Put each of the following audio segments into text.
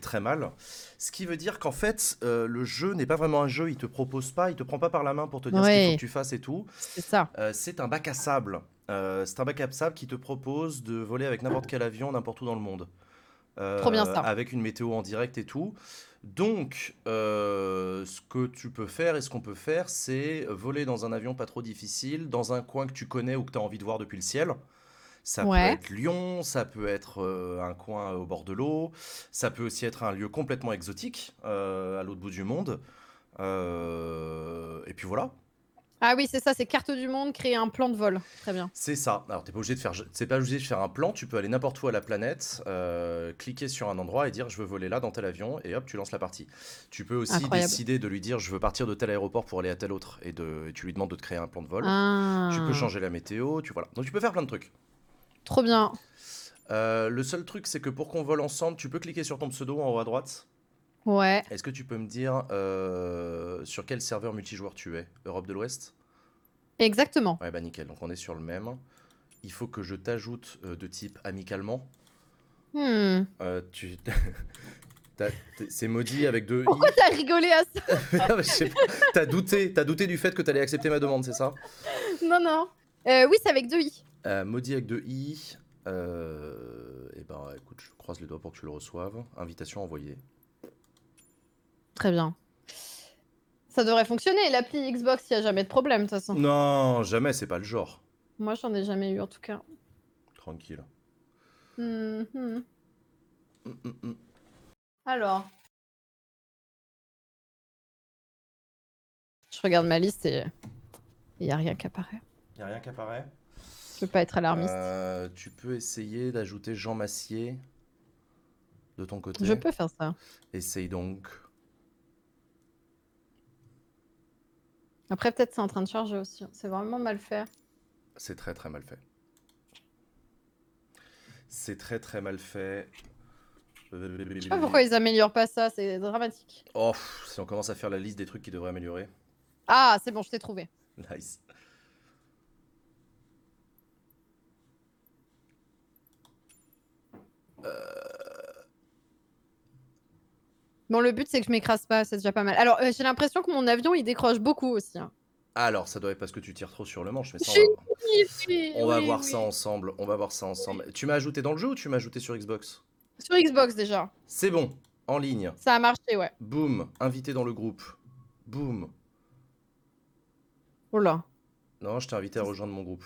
très mal. Ce qui veut dire qu'en fait, euh, le jeu n'est pas vraiment un jeu, il te propose pas, il te prend pas par la main pour te dire ce qu'il faut que Ouais, tu fasses et tout. c'est ça. Euh, c'est un bac à sable. Euh, c'est un bac à sable qui te propose de voler avec n'importe quel avion n'importe où dans le monde Trop bien euh, ça. avec une météo en direct et tout. Donc, euh, ce que tu peux faire et ce qu'on peut faire, c'est voler dans un avion pas trop difficile, dans un coin que tu connais ou que tu as envie de voir depuis le ciel. Ça peut Ouais. être Lyon, ça peut être euh, un coin au bord de l'eau, ça peut aussi être un lieu complètement exotique euh, à l'autre bout du monde. Euh, et puis voilà, Ah oui, c'est ça, c'est carte du monde, créer un plan de vol. Très bien. c'est ça. Alors, t'es pas obligé de faire, c'est pas obligé de faire un plan. Tu peux aller n'importe où à la planète, euh, cliquer sur un endroit et dire je veux voler là dans tel avion et hop, tu lances la partie. Tu peux aussi Incroyable. décider de lui dire je veux partir de tel aéroport pour aller à tel autre et, de, et tu lui demandes de te créer un plan de vol. Tu peux Ah, changer la météo, tu voilà. Donc tu peux faire plein de trucs. trop bien. Euh, le seul truc, c'est que pour qu'on vole ensemble, tu peux cliquer sur ton pseudo en haut à droite. Ouais. Est-ce que tu peux me dire euh, sur quel serveur multijoueur tu es Europe de l'Ouest Exactement. Ouais, bah nickel. Donc on est sur le même. Il faut que je t'ajoute euh, de type amicalement. Hmm. Euh, tu... t'as- t'es- C'est maudit avec deux Pourquoi i. t'as rigolé à ça Ah, bah, je sais pas. T'as douté, t'as douté du fait que t'allais accepter ma demande, c'est ça? Non, non. Euh, oui, c'est avec deux i. Euh, maudit avec deux i. Euh... Eh ben, écoute, je croise les doigts pour que tu le reçoives. Invitation envoyée. Très bien. Ça devrait fonctionner. L'appli Xbox, il n'y a jamais de problème, de toute façon. Non, jamais, c'est pas le genre. Moi, j'en ai jamais eu, en tout cas. Tranquille. Hmm, hmm. Hum, hum, hum. Alors, je regarde ma liste et il n'y a rien qui apparaît. Y a rien qui apparaît. Je peux pas être alarmiste. Euh, tu peux essayer d'ajouter Jean Massier de ton Je côté. peux faire ça. Essaye donc. Après, peut-être c'est en train de charger aussi. hein. C'est vraiment mal fait. C'est très très mal fait. C'est très très mal fait. Je sais pas pourquoi ils améliorent pas ça. C'est dramatique. Oh, pff, si on commence à faire la liste des trucs qui devraient améliorer. Ah, c'est bon, je t'ai trouvé. Nice. Bon, le but, c'est que je m'écrase pas. C'est déjà pas mal. Alors, euh, j'ai l'impression que mon avion, il décroche beaucoup aussi. hein. Alors, ça doit être parce que tu tires trop sur le manche, mais Je ça, on va, Oui, oui, on va oui, voir ça oui. ensemble. On va voir ça ensemble. Tu m'as ajouté dans le jeu ou tu m'as ajouté sur Xbox Sur Xbox, déjà. C'est bon, en ligne. Ça a marché, ouais. Boum, invité dans le groupe. Boum. Oh là. Non, je t'ai invité à rejoindre mon groupe.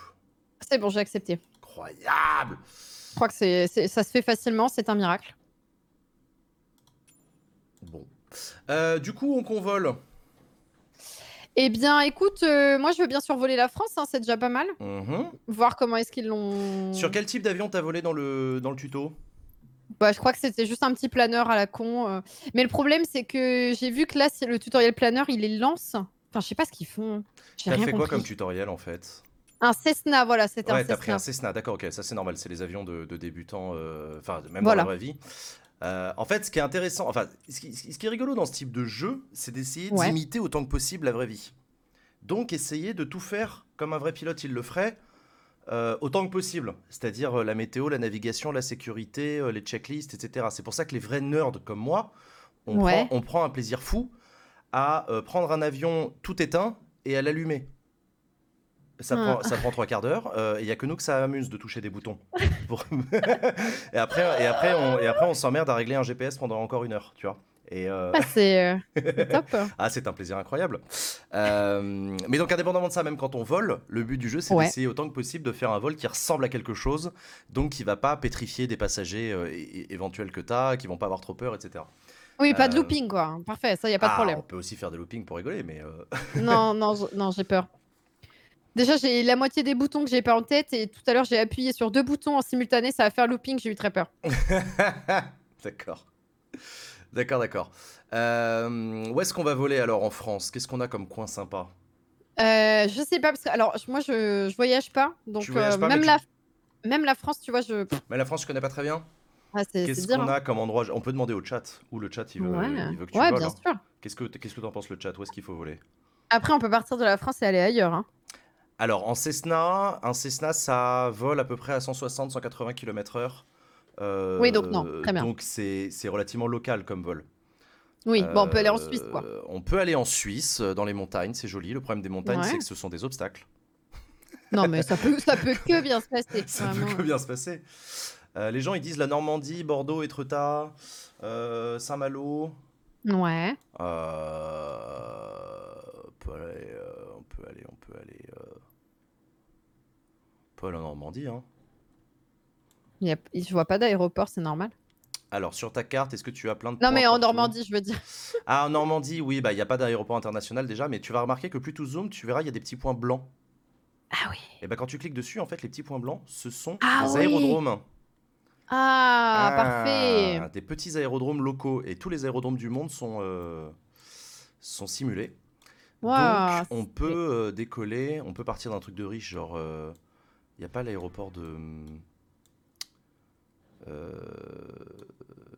C'est bon, j'ai accepté. Incroyable Je crois que c'est, c'est- ça se fait facilement, c'est un miracle. Bon. Euh, du coup, on convole. Eh bien, écoute, euh, moi je veux bien survoler la France, hein, c'est déjà pas mal. Mhm. Voir comment est-ce qu'ils Sur l'ont. quel type d'avion t'as volé dans le, dans le tuto Bah, je crois que c'était juste un petit planeur à la con. euh. Mais le problème, c'est que j'ai vu que là, c'est le tutoriel planeur, il les lance. Enfin, je sais pas ce qu'ils font. hein. J'ai T'as rien fait quoi comme compris. tutoriel en fait Un Cessna, voilà, c'était un Ouais, t'as pris un Cessna. Cessna, d'accord, ok, ça c'est normal, c'est les avions de, de débutants, euh, enfin même dans la Voilà. vraie vie. Euh, en fait, ce qui est intéressant, enfin, ce qui, ce qui est rigolo dans ce type de jeu, c'est d'essayer Ouais. d'imiter autant que possible la vraie vie. Donc, essayer de tout faire comme un vrai pilote il le ferait, euh, autant que possible. C'est-à-dire euh, la météo, la navigation, la sécurité, euh, les checklists, etc. C'est pour ça que les vrais nerds comme moi, on prend, Ouais. on prend un plaisir fou à euh, prendre un avion tout éteint et à l'allumer. Ça Ah. prend, ça prend trois quarts d'heure. euh, Il y n'y a que nous que ça amuse de toucher des boutons. Pour- et, après, et, après, on, et après, on s'emmerde à régler un GPS pendant encore une heure, tu vois. Et euh, Ah, c'est euh, c'est top. ah, c'est un plaisir incroyable. Euh, mais donc, indépendamment de ça, même quand on vole, le but du jeu, c'est Ouais. d'essayer autant que possible de faire un vol qui ressemble à quelque chose, donc qui va pas pétrifier des passagers euh, é- é- éventuels que t'as, qui vont pas avoir trop peur, etc. Oui, pas de Euh, looping, quoi. Parfait, ça, y a pas de ah, problème. on peut aussi faire des loopings pour rigoler, mais euh, Non, non, je- non, j'ai peur. Déjà, j'ai la moitié des boutons que j'ai pas en tête et tout à l'heure, j'ai appuyé sur deux boutons en simultané, ça va faire looping, j'ai eu très peur. d'accord, d'accord, d'accord. Euh, où est-ce qu'on va voler alors en France Qu'est-ce qu'on a comme coin sympa Euh, je sais pas parce que alors je- moi je, je voyage pas Tu donc euh, voyages pas, mais même tu- la même la France tu vois je pff, Mais la France, je connais pas très bien. ah, c'est c'est Qu'est-ce dire qu'on hein. a comme endroit On peut demander au chat ou le chat, il veut, ouais il veut que tu ouais voles. bien hein. sûr Qu'est-ce que qu'est-ce que t'en penses le chat Où est-ce qu'il faut voler après on peut partir de la France et aller ailleurs hein. Alors, en Cessna, un Cessna, ça vole à peu près à 160-180 km/h. Euh, Oui, donc non, très bien. Donc c'est c'est relativement local comme vol. Oui, bon, on peut aller en Suisse, quoi. Euh, on peut aller en Suisse, euh, dans les montagnes, c'est joli. Le problème des montagnes, Ouais. c'est que ce sont des obstacles. Non, mais ça peut, ça peut que bien se passer, Ça peut vraiment. que bien se passer. Euh, les gens, ils disent la Normandie, Bordeaux, Étretat, euh, Saint-Malo. Ouais. Euh, on peut aller, euh, on peut aller, on peut aller, euh, on peut aller en Normandie. hein. Il y a- je vois pas d'aéroport, c'est normal. Alors, sur ta carte, est-ce que tu as plein de Non, points mais en partout Normandie, je veux dire. Ah, en Normandie, oui, bah il n'y a pas d'aéroport international déjà, mais tu vas remarquer que plus tu zoomes, tu verras, il y a des petits points blancs. Ah oui. Et bah quand tu cliques dessus, en fait, les petits points blancs, ce sont Ah des oui. aérodromes. Ah, parfait. Des petits aérodromes locaux. Et tous les aérodromes du monde sont, euh, sont simulés. Waouh, Donc, on c'est- peut euh, décoller, on peut partir d'un truc de riche, genre. Il n'y a pas l'aéroport de. euh,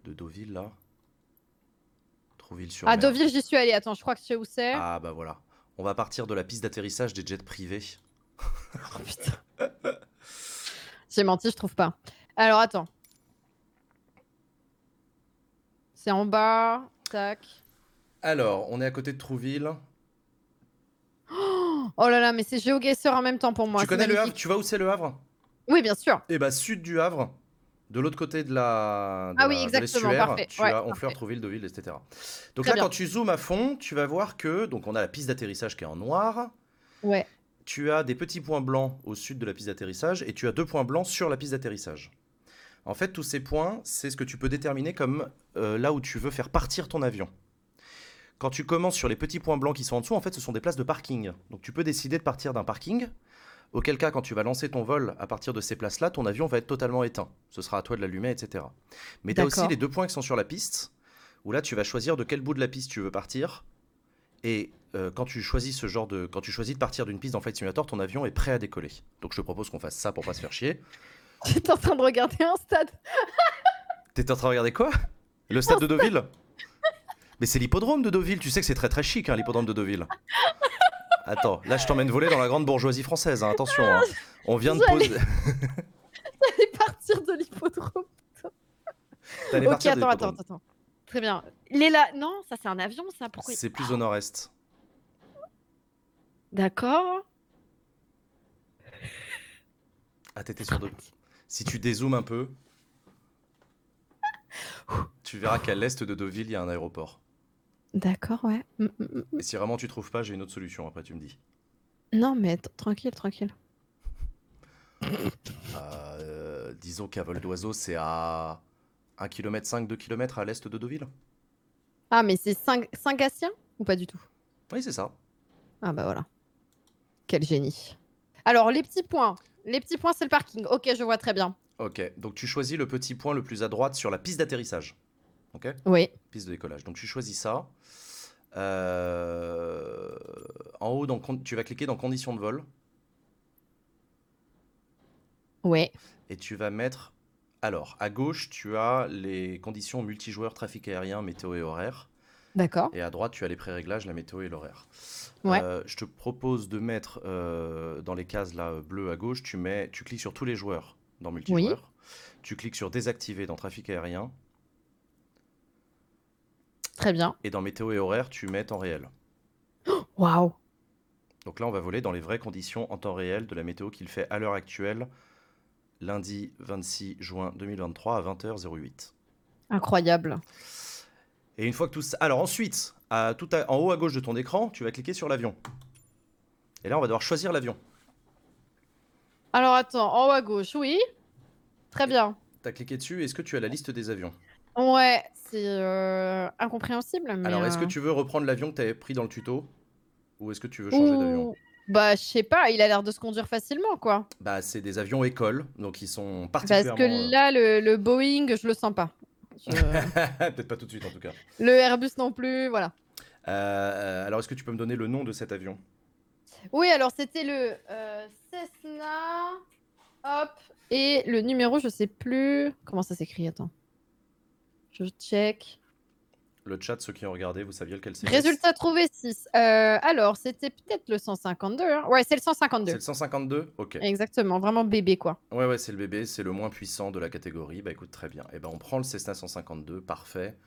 de Deauville, là Trouville sur À Deauville, j'y suis allée. Attends, je crois que je sais où c'est. Ah, bah voilà. On va partir de la piste d'atterrissage des jets privés. Oh, putain. J'ai menti, je trouve pas. Alors, attends. C'est en bas. Tac. Alors, on est à côté de Trouville. Oh là là, mais c'est GeoGuessr en même temps pour moi. tu c'est connais le Havre magnifique. Tu vois où c'est le Havre Oui, bien sûr. Eh bah sud du Havre, de l'autre côté de la de Ah oui, la- de exactement, l'estuaire, parfait, tu ouais, as Honfleur, parfait. Trouville, Deauville, etc. Donc Très là, bien. quand tu zoomes à fond, tu vas voir que donc on a la piste d'atterrissage qui est en noir. Ouais. Tu as des petits points blancs au sud de la piste d'atterrissage et tu as deux points blancs sur la piste d'atterrissage. En fait, tous ces points, c'est ce que tu peux déterminer comme euh, là où tu veux faire partir ton avion. Quand tu commences sur les petits points blancs qui sont en dessous, en fait, ce sont des places de parking. Donc tu peux décider de partir d'un parking, auquel cas, quand tu vas lancer ton vol à partir de ces places-là, ton avion va être totalement éteint. Ce sera à toi de l'allumer, etc. Mais tu as aussi D'accord. les deux points qui sont sur la piste, où là, tu vas choisir de quel bout de la piste tu veux partir. Et euh, quand tu choisis ce genre de, quand tu choisis de partir d'une piste dans Flight Simulator, ton avion est prêt à décoller. Donc je te propose qu'on fasse ça pour pas se faire chier. J'étais en train de regarder un stade. T'étais en train de regarder quoi Le stade de Deauville Mais c'est l'hippodrome de Deauville, tu sais que c'est très très chic hein, l'hippodrome de Deauville. Attends, là je t'emmène voler dans la grande bourgeoisie française, hein, attention. hein. On vient de J'allais- poser. J'allais partir de l'hippodrome. T'allais Ok, partir de attends, attends, l'hippodrome. attends. Très bien. Il est là. Non, ça c'est un avion, ça. Pourquoi il- C'est plus au nord-est. D'accord. Ah, t'étais sur deux. Si tu dézoomes un peu, tu verras qu'à l'est de Deauville, il y a un aéroport. D'accord, ouais. Mm, mm, mm. Et si vraiment tu trouves pas, j'ai une autre solution, après tu me dis. Non, mais t- tranquille, tranquille. Euh, disons qu'à vol d'oiseau, c'est à 1 km 5, 2 km à l'est de Deauville. Ah, mais c'est Saint- Saint-Gatien ou pas du tout Oui, c'est ça. Ah bah voilà. Quel génie. Alors, les petits points. Les petits points, c'est le parking. Ok, je vois très bien. Ok, donc tu choisis le petit point le plus à droite sur la piste d'atterrissage. Ok Oui. Piste de décollage. Donc tu choisis ça. Euh, En haut, dans con- tu vas cliquer dans conditions de vol Oui. et tu vas mettre. Alors, à gauche, tu as les conditions multijoueurs, trafic aérien, météo et horaire. D'accord. Et à droite, tu as les pré-réglages, la météo et l'horaire. Ouais. Euh, je te propose de mettre euh, dans les cases là euh, bleues à gauche, tu, mets, tu cliques sur tous les joueurs dans multijoueur. Tu cliques sur désactiver dans trafic aérien. Très bien. Et dans météo et horaire, tu mets temps réel. Waouh. Donc là, on va voler dans les vraies conditions en temps réel de la météo qu'il fait à l'heure actuelle, lundi 26 juin 2023 à 20h08. Incroyable. Et une fois que tout ça... Alors ensuite, à- tout à- en haut à gauche de ton écran, tu vas cliquer sur l'avion. Et là, on va devoir choisir l'avion. Alors, attends. En haut à gauche, oui. Très bien. T'as cliqué dessus, est-ce que tu as la liste des avions Ouais, c'est euh, incompréhensible. Mais Alors, est-ce que euh, tu veux reprendre l'avion que t'avais pris dans le tuto Ou est-ce que tu veux changer d'avion ouh. Bah, je sais pas. Il a l'air de se conduire facilement, quoi. Bah, c'est des avions école, donc ils sont Parce particulièrement... que là, le, le Boeing, je le sens pas. Je- euh, Peut-être pas tout de suite, en tout cas. le Airbus non plus, voilà. Euh, alors, est-ce que tu peux me donner le nom de cet avion Oui, alors c'était le euh, Cessna, hop, et le numéro, je sais plus. Comment ça s'écrit Attends. Je check. Le chat, ceux qui ont regardé, vous saviez lequel c'est Résultat trouvé 6. alors, c'était peut-être le 152. hein. Ouais, c'est le C'est 152. le 152 Ok. Exactement, vraiment bébé quoi. Ouais, ouais, c'est le bébé, c'est le moins puissant de la catégorie. Bah écoute, très bien. Et ben on prend le Cessna 152, parfait.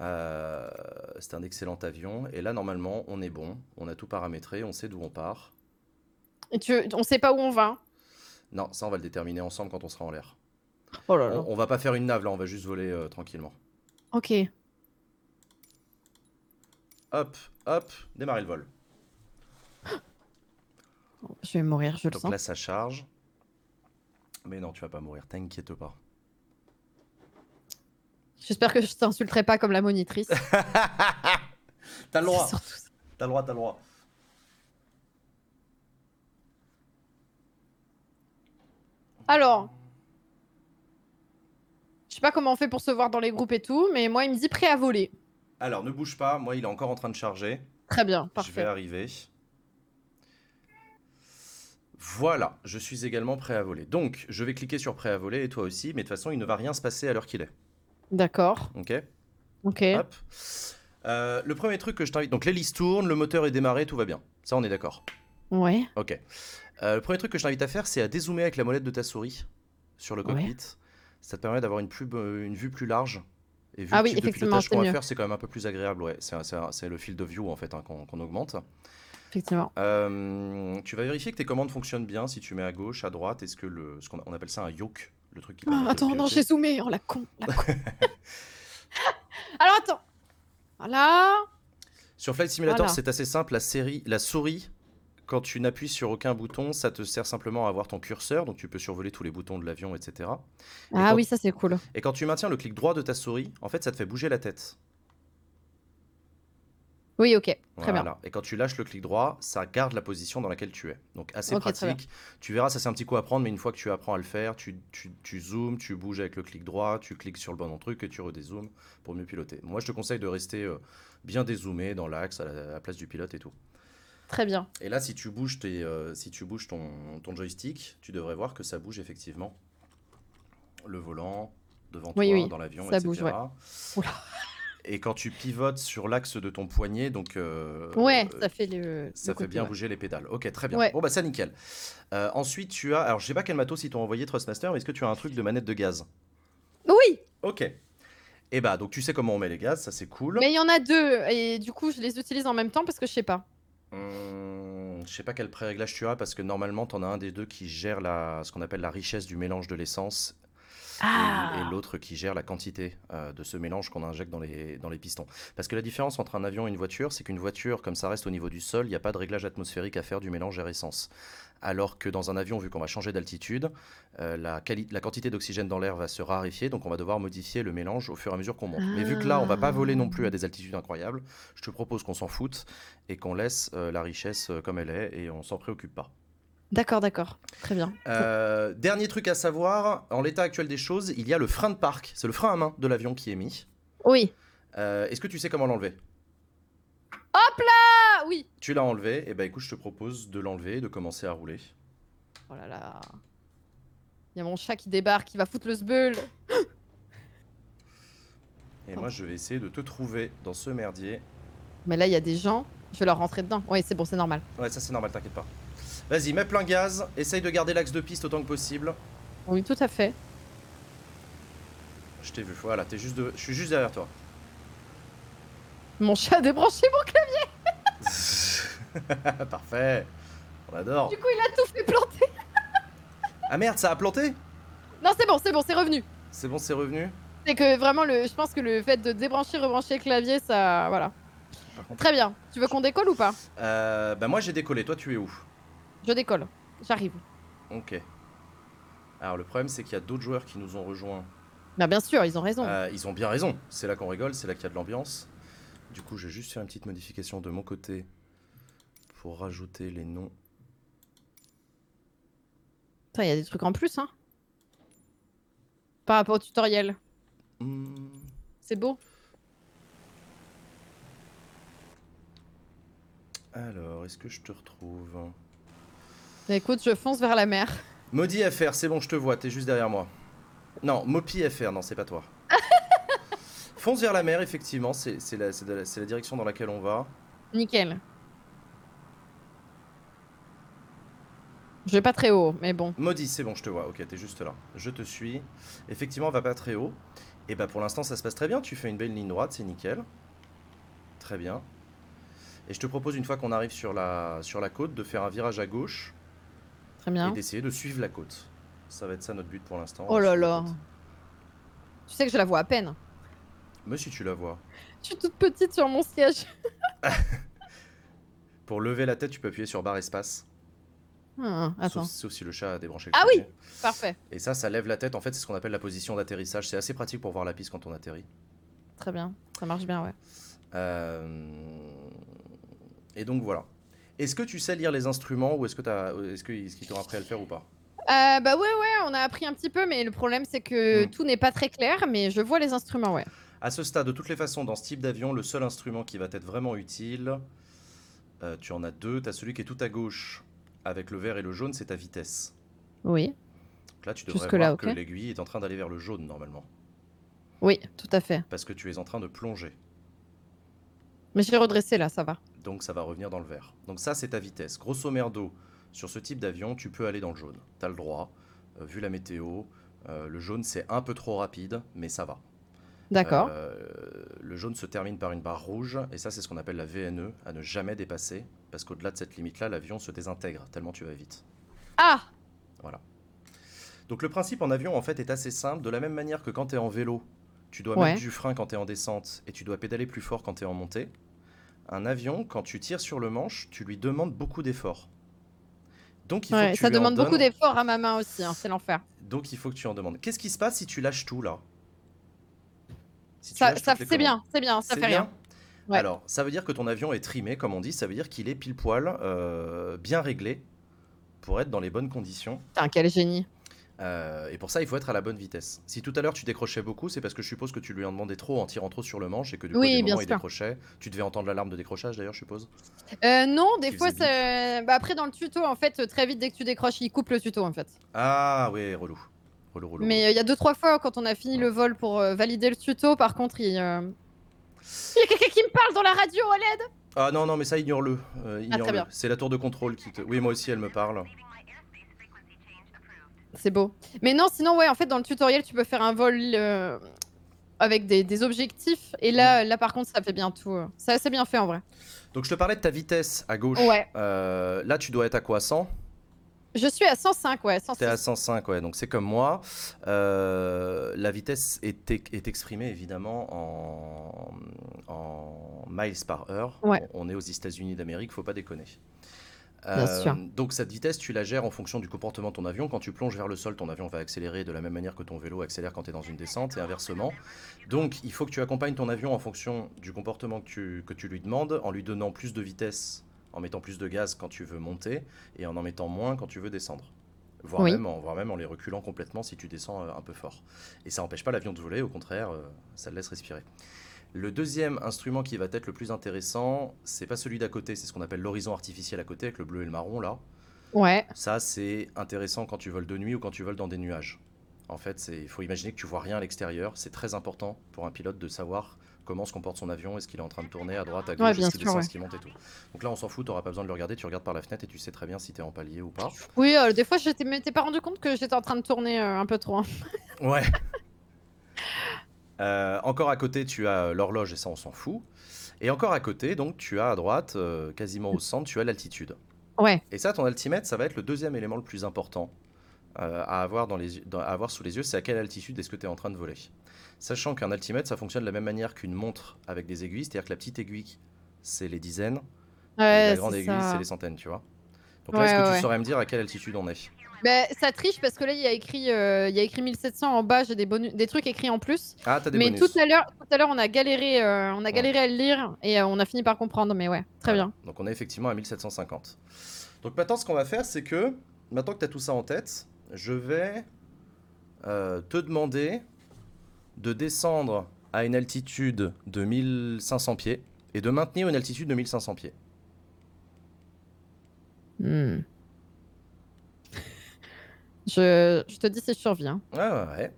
Euh, c'est un excellent avion. Et là, normalement, on est bon. On a tout paramétré, on sait d'où on part. Et tu, on sait pas où on va. Non, ça, on va le déterminer ensemble quand on sera en l'air. Oh là On, on va pas faire une nave là, on va juste voler euh, tranquillement. Ok. Hop, hop, démarrer le vol. Je vais mourir, je le Donc sens. là, ça charge. Mais non, tu vas pas mourir, t'inquiète pas. J'espère que je t'insulterai pas comme la monitrice. T'as le droit, C'est surtout ça. t'as le droit, t'as le droit. Alors, je sais pas comment on fait pour se voir dans les groupes et tout, mais moi il me dit prêt à voler. Alors, ne bouge pas, moi, il est encore en train de charger. Très bien, Je vais parfait. arriver. Voilà, je suis également prêt à voler. Donc, je vais cliquer sur prêt à voler et toi aussi, mais de toute façon, il ne va rien se passer à l'heure qu'il est. D'accord. Ok Ok. Hop. Euh, le premier truc que je t'invite. Donc, l'hélice tourne, le moteur est démarré, tout va bien. Ça, on est d'accord. Ouais. Ok. Euh, le premier truc que je t'invite à faire, c'est à dézoomer avec la molette de ta souris sur le Ouais. cockpit. Ça te permet d'avoir une, plus be- une vue plus large. Et vu Ah le oui, type de effectivement, pilotage c'est qu'on va mieux. faire, c'est quand même un peu plus agréable. Ouais, c'est un- c'est un- c'est le field of view en fait hein, qu'on qu'on augmente. Effectivement. Euh, tu vas vérifier que tes commandes fonctionnent bien. Si tu mets à gauche, à droite, est-ce que le, ce qu'on on appelle ça un yoke, le truc qui permet de Ah, attends, non, piloter. j'ai zoomé. Oh la con. La con. Alors attends. Voilà. Ah Sur Flight Simulator, Voilà. c'est assez simple. La série, la souris, quand tu n'appuies sur aucun bouton, ça te sert simplement à avoir ton curseur, donc tu peux survoler tous les boutons de l'avion, etc. Ah quand- oui, ça c'est cool. Et quand tu maintiens le clic droit de ta souris, en fait, ça te fait bouger la tête. Oui, ok. Très bien. Voilà. Et quand tu lâches le clic droit, ça garde la position dans laquelle tu es. Donc assez Ok, très bien. pratique. Tu verras, ça c'est un petit coup à prendre, mais une fois que tu apprends à le faire, tu, tu, tu zoomes, tu bouges avec le clic droit, tu cliques sur le bon truc et tu redézoomes pour mieux piloter. Moi je te conseille de rester euh, bien dézoomé dans l'axe, à la, à la place du pilote et tout. Très bien. Et là, si tu bouges, tes, euh, si tu bouges ton, ton joystick, tu devrais voir que ça bouge effectivement. Le volant, devant Oui, toi, oui, dans l'avion, ça etc. bouge, ouais. Oula. Et quand tu pivotes sur l'axe de ton poignet, donc euh, Ouais, euh, ça fait le. ça le fait côté, bien ouais. bouger les pédales. Ok, très bien. Ouais. Bon, bah ça, nickel. Euh, ensuite, tu as. Alors, je sais pas quel matos ils t'ont envoyé, Trustmaster, mais est-ce que tu as un truc de manette de gaz Oui, Ok. Et bah, donc tu sais comment on met les gaz, ça c'est cool. mais il y en a deux et du coup je les utilise en même temps parce que je sais pas. Hum, je sais pas quel pré-réglage tu as, parce que normalement, t'en as un des deux qui gère la... ce qu'on appelle la richesse du mélange de l'essence et- Ah. et l'autre qui gère la quantité euh, de ce mélange qu'on injecte dans les, dans les pistons. Parce que la différence entre un avion et une voiture, c'est qu'une voiture, comme ça reste au niveau du sol, il n'y a pas de réglage atmosphérique à faire du mélange air-essence. Alors que dans un avion, vu qu'on va changer d'altitude, euh, la, quali- la quantité d'oxygène dans l'air va se raréfier, donc on va devoir modifier le mélange au fur et à mesure qu'on monte. Mais vu que là, on va pas voler non plus à des altitudes incroyables, je te propose qu'on s'en foute et qu'on laisse euh, la richesse euh, comme elle est et on s'en préoccupe pas. D'accord, d'accord. Très bien. Euh, dernier truc à savoir, en l'état actuel des choses, il y a le frein de parc. C'est le frein à main de l'avion qui est mis. Oui. Euh, Est-ce que tu sais comment l'enlever Ah oui. Tu l'as enlevé, et ben écoute, je te propose de l'enlever et de commencer à rouler. Oh là là. Il y a mon chat qui débarque, qui va foutre le sbeul. Et moi, je vais essayer de te trouver dans ce merdier. Mais là il y a des gens, je vais leur rentrer dedans. Ouais, c'est bon, c'est normal. Ouais, ça c'est normal, t'inquiète pas. Vas-y, mets plein gaz, essaye de garder l'axe de piste autant que possible. Oui, tout à fait. Je t'ai vu, voilà, t'es juste de... je suis juste derrière toi. Mon chat a débranché mon clavier. Parfait, on adore. Du coup, il a tout fait planter. Ah merde, ça a planté Non, c'est bon, c'est bon, c'est revenu. C'est bon, c'est revenu C'est que vraiment le je pense que le fait de débrancher rebrancher le clavier ça voilà. Par contre- Très bien. Tu veux qu'on décolle ou pas Euh, bah moi j'ai décollé, toi tu es où Je décolle. J'arrive. Ok. Alors le problème c'est qu'il y a d'autres joueurs qui nous ont rejoints. Bah, bien sûr, ils ont raison. Euh, ils ont bien raison, c'est là qu'on rigole, c'est là qu'il y a de l'ambiance. Du coup je vais juste faire une petite modification de mon côté pour rajouter les noms. Putain, il y a des trucs en plus, hein. Par rapport au tutoriel. Hmm, C'est beau. Alors, est-ce que je te retrouve Mais écoute, je fonce vers la mer. Maudit FR, c'est bon je te vois, t'es juste derrière moi. Non, Mopi FR, non c'est pas toi. fonce vers la mer, effectivement, c'est c'est la, c'est de la- c'est la direction dans laquelle on va. Nickel. Je vais pas très haut, mais bon. Maudit, c'est bon, je te vois, ok, t'es juste là. Je te suis. Effectivement, on va pas très haut. Et bah pour l'instant, ça se passe très bien, tu fais une belle ligne droite, c'est nickel. Très bien. Et je te propose, une fois qu'on arrive sur la, sur la côte, de faire un virage à gauche Très bien. et d'essayer de suivre la côte. Ça va être ça notre but pour l'instant. Oh là suivre la là. côte. Tu sais que je la vois à peine. Mais si tu la vois. Je suis toute petite sur mon siège. Pour lever la tête, tu peux appuyer sur barre espace. Ah, attends. Sauf, sauf si le chat a débranché le Ah oui clavier. Parfait. Et ça, ça lève la tête. En fait, c'est ce qu'on appelle la position d'atterrissage. C'est assez pratique pour voir la piste quand on atterrit. Très bien. Ça marche bien, ouais. Euh, Et donc voilà. Est-ce que tu sais lire les instruments ou est-ce que t'as, est-ce que- est-ce qu'ils t'ont appris à le faire ou pas Euh, bah ouais, ouais, on a appris un petit peu, mais le problème c'est que Hmm. tout n'est pas très clair, mais je vois les instruments, ouais. À ce stade, de toutes les façons, dans ce type d'avion, le seul instrument qui va être vraiment utile, euh, tu en as deux. Tu as celui qui est tout à gauche avec le vert et le jaune, c'est ta vitesse. Oui. Donc là, tu devrais Jusque-là, voir ok. que l'aiguille est en train d'aller vers le jaune normalement, Oui, tout à fait. parce que tu es en train de plonger. Mais j'ai redressé là, ça va. Donc ça va revenir dans le vert. Donc ça, c'est ta vitesse. Grosso merdo, sur ce type d'avion, tu peux aller dans le jaune. T'as le droit, euh, vu la météo. euh, le jaune, c'est un peu trop rapide, mais ça va. D'accord. Euh, le jaune se termine par une barre rouge, et ça, c'est ce qu'on appelle la VNE, à ne jamais dépasser, parce qu'au-delà de cette limite-là, l'avion se désintègre, tellement tu vas vite. Ah Donc le principe en avion, en fait, est assez simple. De la même manière que quand tu es en vélo, tu dois Ouais. mettre du frein quand tu es en descente et tu dois pédaler plus fort quand tu es en montée. Un avion, quand tu tires sur le manche, tu lui demandes beaucoup d'efforts. Donc il faut Ouais, que tu Ça lui en demande beaucoup donnes- d'efforts à ma main aussi, hein, c'est l'enfer. Donc il faut que tu en demandes. Qu'est-ce qui se passe si tu lâches tout là Si tu Ça, lâches ça- toutes les c'est commandes. bien, c'est bien, ça C'est fait rien. bien Ouais. Alors, ça veut dire que ton avion est trimé, comme on dit, ça veut dire qu'il est pile poil, euh, bien réglé, pour être dans les bonnes conditions. Putain, quel génie. Euh, et pour ça, il faut être à la bonne vitesse. Si tout à l'heure tu décrochais beaucoup, c'est parce que je suppose que tu lui en demandais trop en tirant trop sur le manche et que du coup, Oui, à des bien moments, il sûr. décrochait. Tu devais entendre l'alarme de décrochage d'ailleurs, je suppose. Euh, non, des Tu fois, faisais ça... bah, après dans le tuto, en fait, très vite, dès que tu décroches, il coupe le tuto, en fait. Ah ouais, relou. Relou, relou. Mais euh, il y a deux, trois fois, quand on a fini le vol pour euh, valider le tuto, par contre, il... euh, Il y a quelqu'un qui me parle dans la radio, Oled Ah non, non, mais ça, ignore-le. Euh, ignore-le. Ah, bien. c'est la tour de contrôle qui te. Oui, moi aussi, elle me parle. C'est beau. Mais non, sinon, ouais, en fait, dans le tutoriel, tu peux faire un vol euh, avec des, des objectifs. Et là, Mm. là, par contre, ça fait bien tout. euh. Ça, c'est bien fait, en vrai. Donc, je te parlais de ta vitesse à gauche. Ouais. Euh, là, tu dois être à quoi 100 Je suis à 105, ouais, T'es 106. à 105, ouais, donc c'est comme moi. Euh, la vitesse est, e- est exprimée évidemment en, en miles par heure. Ouais. On on est aux États-Unis d'Amérique, faut pas déconner. Euh, Bien sûr. Donc cette vitesse, tu la gères en fonction du comportement de ton avion. Quand tu plonges vers le sol, ton avion va accélérer de la même manière que ton vélo accélère quand tu es dans une descente et inversement. Donc il faut que tu accompagnes ton avion en fonction du comportement que tu, que tu lui demandes, en lui donnant plus de vitesse, en mettant plus de gaz quand tu veux monter et en en mettant moins quand tu veux descendre. Voire, Oui. même en, voire même en les reculant complètement si tu descends euh, un peu fort. Et ça n'empêche pas l'avion de voler, au contraire, euh, ça le laisse respirer. Le deuxième instrument qui va être le plus intéressant, c'est pas celui d'à côté, c'est ce qu'on appelle l'horizon artificiel à côté avec le bleu et le marron là. Ouais, Ça, c'est intéressant quand tu voles de nuit ou quand tu voles dans des nuages. En fait, c'est- il faut imaginer que tu vois rien à l'extérieur. C'est très important pour un pilote de savoir comment se comporte son avion, est-ce qu'il est en train de tourner à droite, à gauche, bien est-ce qu'il sûr, descend, ouais. est-ce qu'il monte et tout. Donc là, on s'en fout, t'auras pas besoin de le regarder, tu regardes par la fenêtre et tu sais très bien si t'es en palier ou pas. oui, euh, des fois, je t'ai- m'étais pas rendu compte que j'étais en train de tourner euh, un peu trop. hein. Ouais. Euh, encore à côté, tu as euh, l'horloge et ça, on s'en fout. Et encore à côté, donc, tu as à droite, euh, quasiment au centre, tu as l'altitude. Ouais. Et ça, ton altimètre, ça va être le deuxième élément le plus important euh, à, avoir dans les, yeux- dans- à avoir sous les yeux, c'est à quelle altitude est-ce que tu es en train de voler. Sachant qu'un altimètre, ça fonctionne de la même manière qu'une montre avec des aiguilles, c'est-à-dire que la petite aiguille, c'est les dizaines, et Ouais, la grande c'est aiguille, c'est ça. les centaines, tu vois. Donc là, Ouais, est-ce que ouais, tu ouais. saurais me dire à quelle altitude on est Bah, ça triche parce que là, il y a écrit, euh, il y a écrit 1700 en bas, j'ai des, bonu- des trucs écrits en plus. Ah, t'as des mais bonus. tout à l'heure, tout à l'heure, on a galéré, euh, on a galéré à le lire et euh, on a fini par comprendre. Mais ouais, très Voilà. bien. Donc on est effectivement à 1750. Donc maintenant, ce qu'on va faire, c'est que, maintenant que tu as tout ça en tête, je vais euh, te demander de descendre à une altitude de 1500 pieds et de maintenir une altitude de 1500 pieds. Hmm. je, je te dis si je survis. hein. Ah ouais.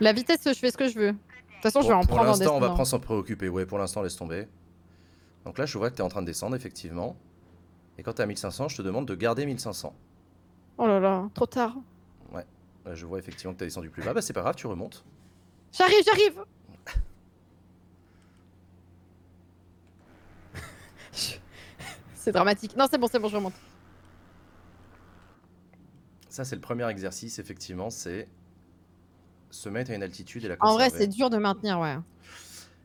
La vitesse, je fais ce que je veux. De toute façon, je vais Bon, en pour prendre en l'instant, on va descendant. prendre s'en préoccuper. Ouais, pour l'instant, laisse tomber. Donc là, je vois que tu es en train de descendre, effectivement. Et quand tu à 1500, je te demande de garder 1500. Oh là là, trop tard. Là, je vois effectivement que tu as descendu plus bas. Bah, c'est pas grave, tu remontes. J'arrive, j'arrive Je- C'est dramatique. Non, c'est bon, c'est bon, je remonte. Ça, c'est le premier exercice, effectivement, c'est se mettre à une altitude et la En conserver. vrai, c'est dur de maintenir, ouais.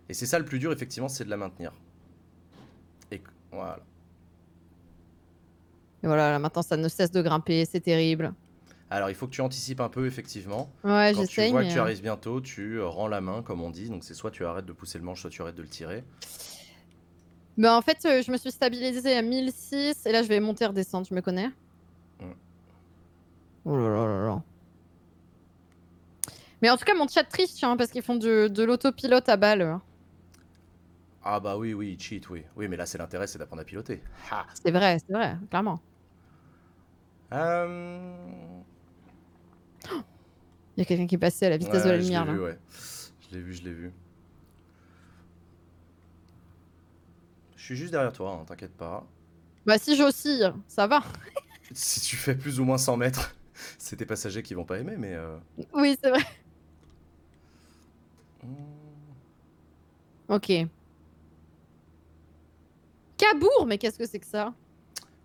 Et c'est ça le plus dur, effectivement, c'est de la maintenir. Et que- voilà. Et voilà, là, maintenant, ça ne cesse de grimper, c'est terrible. Alors, il faut que tu anticipes un peu, effectivement. Ouais, Quand tu j'essaye, vois mais... que tu euh, arrives bientôt, tu euh, rends la main, comme on dit. Donc, c'est soit tu arrêtes de pousser le manche, soit tu arrêtes de le tirer. mais en fait, euh, je me suis stabilisée à 1006, et là, je vais monter, redescendre, je me connais. Mm. Oh là là là là. Mais en tout cas, mon chat triche, hein, parce qu'ils font de, de l'autopilote à balle. hein. Ah, bah oui, oui, il cheat, oui. Oui, mais là, c'est l'intérêt, c'est d'apprendre à piloter. Ha C'est vrai, c'est vrai, clairement. Euh, Il y a quelqu'un qui est passé à la vitesse de ouais, je la l'ai lumière, là. vu, ouais. Je l'ai vu, je l'ai vu. Je suis juste derrière toi, hein, t'inquiète pas. Bah si j'oscille, ça va. Si tu fais plus ou moins 100 mètres, c'est tes passagers qui vont pas aimer, mais. euh, Oui, c'est vrai. hmm. Ok. Cabourg, mais qu'est-ce que c'est que ça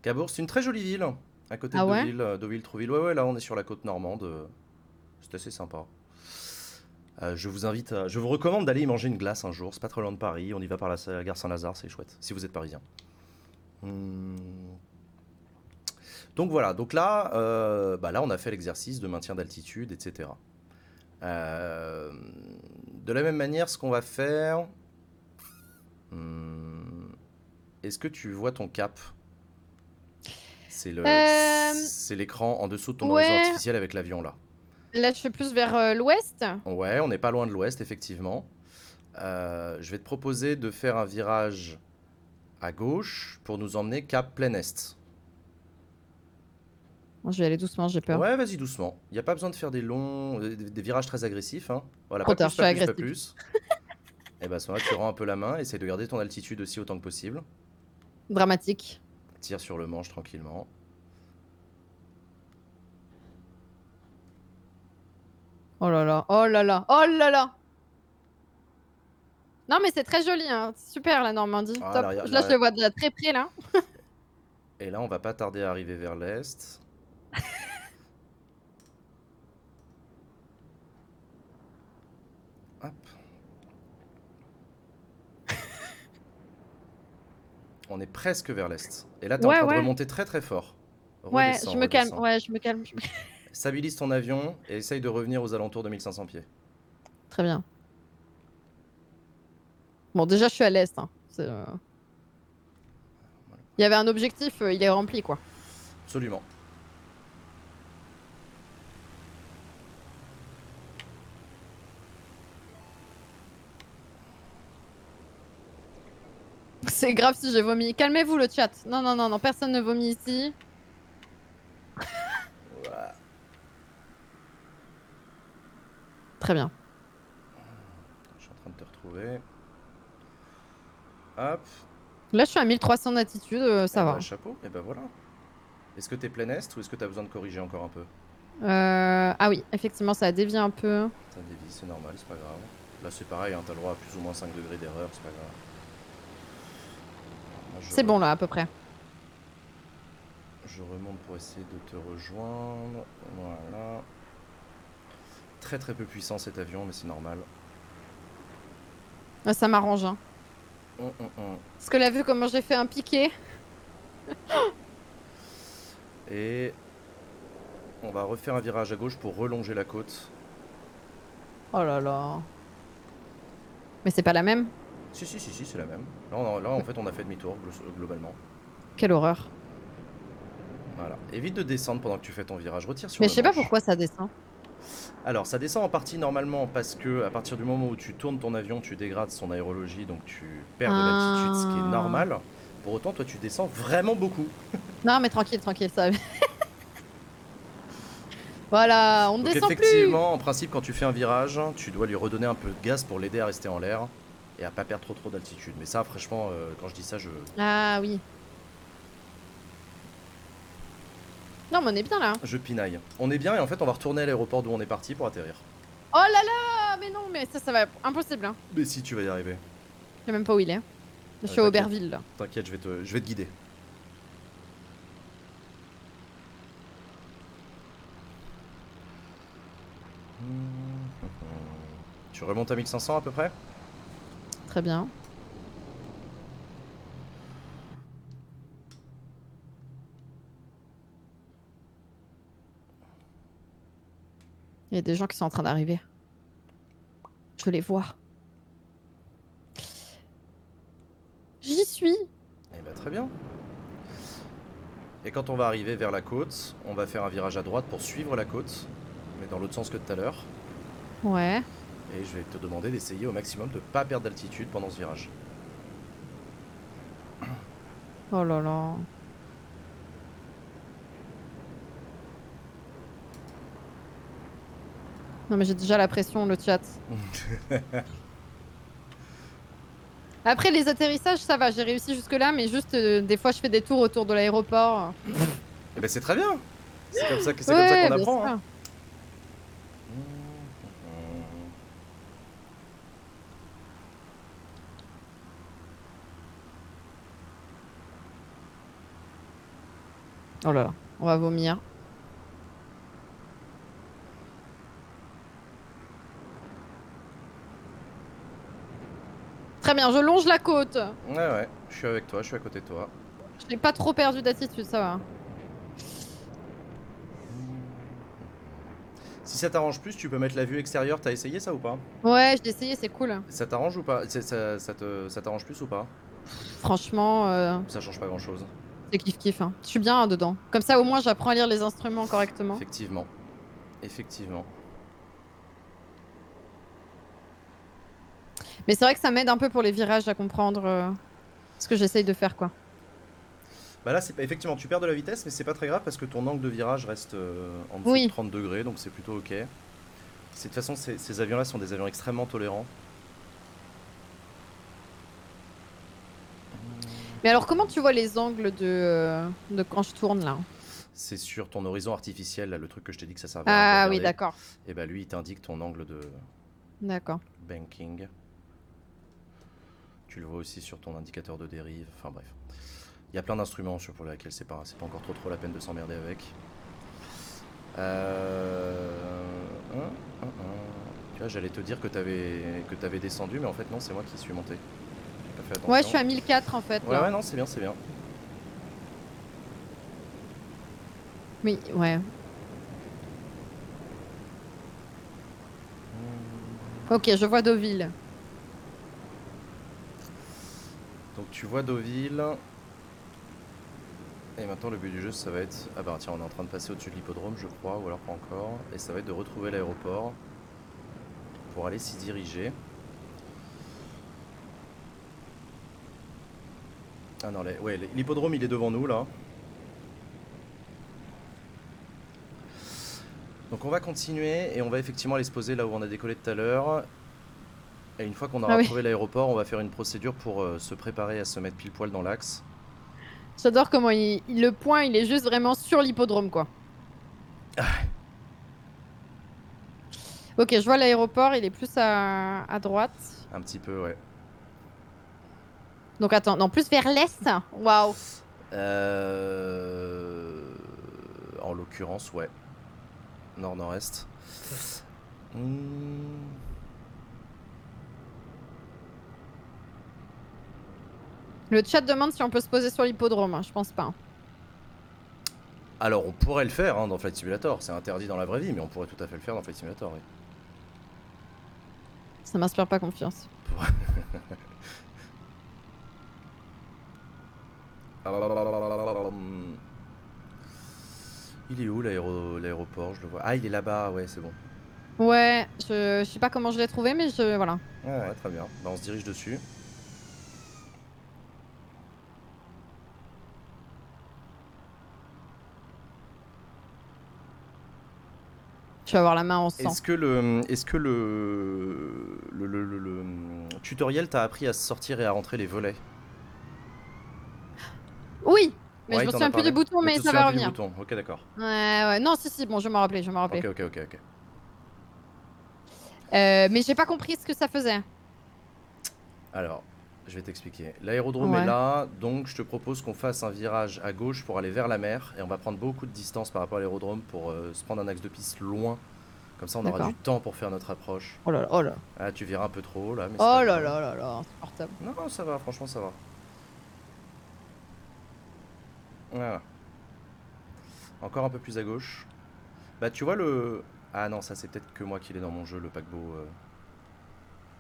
Cabourg, c'est une très jolie ville, à côté Ah de ouais Deauville, euh, Deauville-Trouville. Ouais, ouais, là, on est sur la côte normande. euh, C'est assez sympa. Euh, je vous invite, à- je vous recommande d'aller y manger une glace un jour. C'est pas très loin de Paris. On y va par la, la gare Saint-Lazare, c'est chouette. Si vous êtes parisien. Hmm. Donc voilà. Donc là, euh, bah là, on a fait l'exercice de maintien d'altitude, etc. Euh, de la même manière, ce qu'on va faire. Hmm. Est-ce que tu vois ton cap C'est le, Euh, c'est l'écran en dessous de ton ouais. horizon artificiel avec l'avion là. Là, je suis plus vers euh, l'ouest. Ouais, on n'est pas loin de l'ouest, effectivement. Euh, je vais te proposer de faire un virage à gauche pour nous emmener cap plein est. Bon, je vais aller doucement, j'ai peur. Ouais, vas-y doucement. Il n'y a pas besoin de faire des longs, euh, des, des virages très agressifs. hein. Voilà, Trop pas tard, plus, pas je suis plus, pas plus. Et bah, à ce moment-là, tu rends un peu la main, essaie de garder ton altitude aussi autant que possible. Dramatique. Tire sur le manche tranquillement. Oh là là, oh là là, oh là là Non mais c'est très joli, hein. super la Normandie. Ah, Top. l'arrière- Là, je le vois de la- très près, là. Et là, on va pas tarder à arriver vers l'est. Hop. On est presque vers l'est. Et là, t'es Ouais, en train ouais. de remonter très très fort. Ouais, Redescends, je me calme, redescends. ouais, je me calme. je me- Stabilise ton avion et essaye de revenir aux alentours de 1500 pieds. Très bien. Bon, déjà, je suis à l'est. hein. C'est, euh, Il y avait un objectif, euh, il est rempli, quoi. Absolument. C'est grave si j'ai vomi. Calmez-vous le chat. Non, non, non, non, personne ne vomit ici. Très bien. Je suis en train de te retrouver. Hop. Là, je suis à 1300 d'attitude, euh, ça Eh va. ben, chapeau. Et ben voilà. Est-ce que t'es plein est ou est-ce que t'as besoin de corriger encore un peu Euh, Ah oui, effectivement, ça dévie un peu. Ça dévie, c'est normal, c'est pas grave. Là c'est pareil, hein, t'as le droit à plus ou moins 5 degrés d'erreur, c'est pas grave. Moi, je C'est re- bon, là, à peu près. Je remonte pour essayer de te rejoindre. Voilà. Très très peu puissant cet avion, mais c'est normal. Ah, Ça m'arrange. Hein. Hum, hum, hum. Parce que là, vu comment j'ai fait un piqué, Et on va refaire un virage à gauche pour relonger la côte. Oh là là. Mais c'est pas la même Si si si si, c'est la même. Là, on a- là en fait on a fait demi-tour glo- globalement. Quelle horreur. Voilà. Évite de descendre pendant que tu fais ton virage. Retire sur Mais le je sais pas manche. pourquoi ça descend. Alors, ça descend en partie normalement parce que à partir du moment où tu tournes ton avion, tu dégrades son aérologie, donc tu perds de l'altitude, ce qui Ah. est normal. Pour autant, toi, tu descends vraiment beaucoup. Non, mais tranquille, tranquille, ça. Voilà, on ne Donc descend effectivement, en principe, quand tu fais un virage, tu dois lui redonner un peu de gaz pour l'aider à rester en l'air et à pas perdre trop trop d'altitude. Mais ça, franchement, euh, quand je dis ça, je... plus. Ah oui. Non, mais on est bien là. je pinaille. On est bien et en fait, on va retourner à l'aéroport d'où on est parti pour atterrir. Oh là là, mais non, mais ça, ça va. Impossible. Hein. Mais si, tu vas y arriver. Je sais même pas où il est. Je suis Ouais, à t'inquiète. Auberville là. T'inquiète, je vais te, je vais te guider. Tu remontes à 1500 à peu près Très bien. Il y a des gens qui sont en train d'arriver. Je les vois. J'y suis. Eh ben très bien. Et quand on va arriver vers la côte, on va faire un virage à droite pour suivre la côte, mais dans l'autre sens que tout à l'heure. Ouais. Et je vais te demander d'essayer au maximum de pas perdre d'altitude pendant ce virage. Oh là là. Non mais j'ai déjà la pression le chat. Après les atterrissages ça va, j'ai réussi jusque là mais juste euh, des fois je fais des tours autour de l'aéroport. Eh ben c'est très bien C'est comme ça que- c'est Ouais, comme ça qu'on bien apprend. sûr. hein. Oh là là, on va vomir. Très bien, je longe la côte. Ouais ouais, je suis avec toi, je suis à côté de toi. Je n'ai pas trop perdu d'attitude, ça va. Si ça t'arrange plus, tu peux mettre la vue extérieure, t'as essayé ça ou pas Ouais, j'ai essayé, c'est cool. Ça t'arrange ou pas C'est- Ça, ça te- ça t'arrange plus ou pas Franchement, euh, Ça change pas grand chose. c'est kiff kiff. hein. Je suis bien hein, dedans. Comme ça, au moins, j'apprends à lire les instruments correctement. Effectivement. Effectivement. Mais c'est vrai que ça m'aide un peu pour les virages à comprendre euh, ce que j'essaye de faire, quoi. Bah là, c'est pas- effectivement, tu perds de la vitesse, mais c'est pas très grave parce que ton angle de virage reste euh, en dessous Oui. de 30 degrés, donc c'est plutôt ok. C'est- De toute façon, ces, ces avions-là sont des avions extrêmement tolérants. Mais alors, comment tu vois les angles de, euh, de quand je tourne là C'est sur ton horizon artificiel, là, le truc que je t'ai dit que ça servait à Ah bah, oui, regarder. d'accord. Et bah lui, il t'indique ton angle de D'accord. banking. Tu le vois aussi sur ton indicateur de dérive. Enfin bref. Il y a plein d'instruments sur- pour lesquels c'est pas, c'est pas encore trop trop la peine de s'emmerder avec. Euh, hum, hum, hum. Tu vois, j'allais te dire que t'avais que t'avais descendu, mais en fait non, c'est moi qui suis monté. J'ai pas fait attention. Ouais, je suis à 1004 en fait. Ouais, là. ouais, non, c'est bien, c'est bien. Oui, ouais. Ok, je vois Deauville. Donc tu vois Deauville. Et maintenant le but du jeu ça va être... Ah bah tiens on est en train de passer au-dessus de l'hippodrome je crois, ou alors pas encore. Et ça va être de retrouver l'aéroport pour aller s'y diriger. Ah non, les- ouais, les- l'hippodrome il est devant nous là. Donc on va continuer et on va effectivement aller se poser là où on a décollé tout à l'heure. Et une fois qu'on aura Ah oui. trouvé l'aéroport, on va faire une procédure pour euh, se préparer à se mettre pile poil dans l'axe. J'adore comment il, il- le point, il est juste vraiment sur l'hippodrome, quoi. Ah. Ok, je vois l'aéroport, il est plus à, à droite. Un petit peu, ouais. Donc attends, non, plus vers l'est Waouh Euh... En l'occurrence, ouais. Nord-nord-est. Hmm. Le chat demande si on peut se poser sur l'hippodrome, hein, je pense pas. Alors, on pourrait le faire hein, dans Flight Simulator. C'est interdit dans la vraie vie, mais on pourrait tout à fait le faire dans Flight Simulator. oui. Ça m'inspire pas confiance. Hmm. Il est où l'aéro- l'aéroport Je le vois. Ah, il est là-bas, ouais, c'est bon. Ouais, je, je sais pas comment je l'ai trouvé, mais je... Voilà. Ouais, ouais, très bien. Bah, on se dirige dessus. Tu vas avoir la main en sang. Est-ce que le, est-ce que le, le, le- le- le tutoriel t'a appris à sortir et à rentrer les volets Oui, mais Ouais, je me t'en as souviens plus parlé. du bouton, mais Tu te ça souviens va plus du revenir. bouton. Ok, d'accord. Ouais, ouais. Non, si, si, bon, je vais m'en rappelais, je vais m'en rappelais. Ok, ok, ok, ok. Euh, mais j'ai pas compris ce que ça faisait. Alors, je vais t'expliquer. L'aérodrome Ouais. est là, donc je te propose qu'on fasse un virage à gauche pour aller vers la mer. Et on va prendre beaucoup de distance par rapport à l'aérodrome pour euh, se prendre un axe de piste loin. Comme ça, on aura D'accord. du temps pour faire notre approche. Oh là là, oh là Ah, tu verras un peu trop là. Mais c'est oh pas là grave. là là là, insupportable. Non, non, ça va, franchement, ça va. Voilà. Encore un peu plus à gauche. Bah, tu vois le. Ah non, ça c'est peut-être que moi qui l'ai dans mon jeu, le paquebot. euh.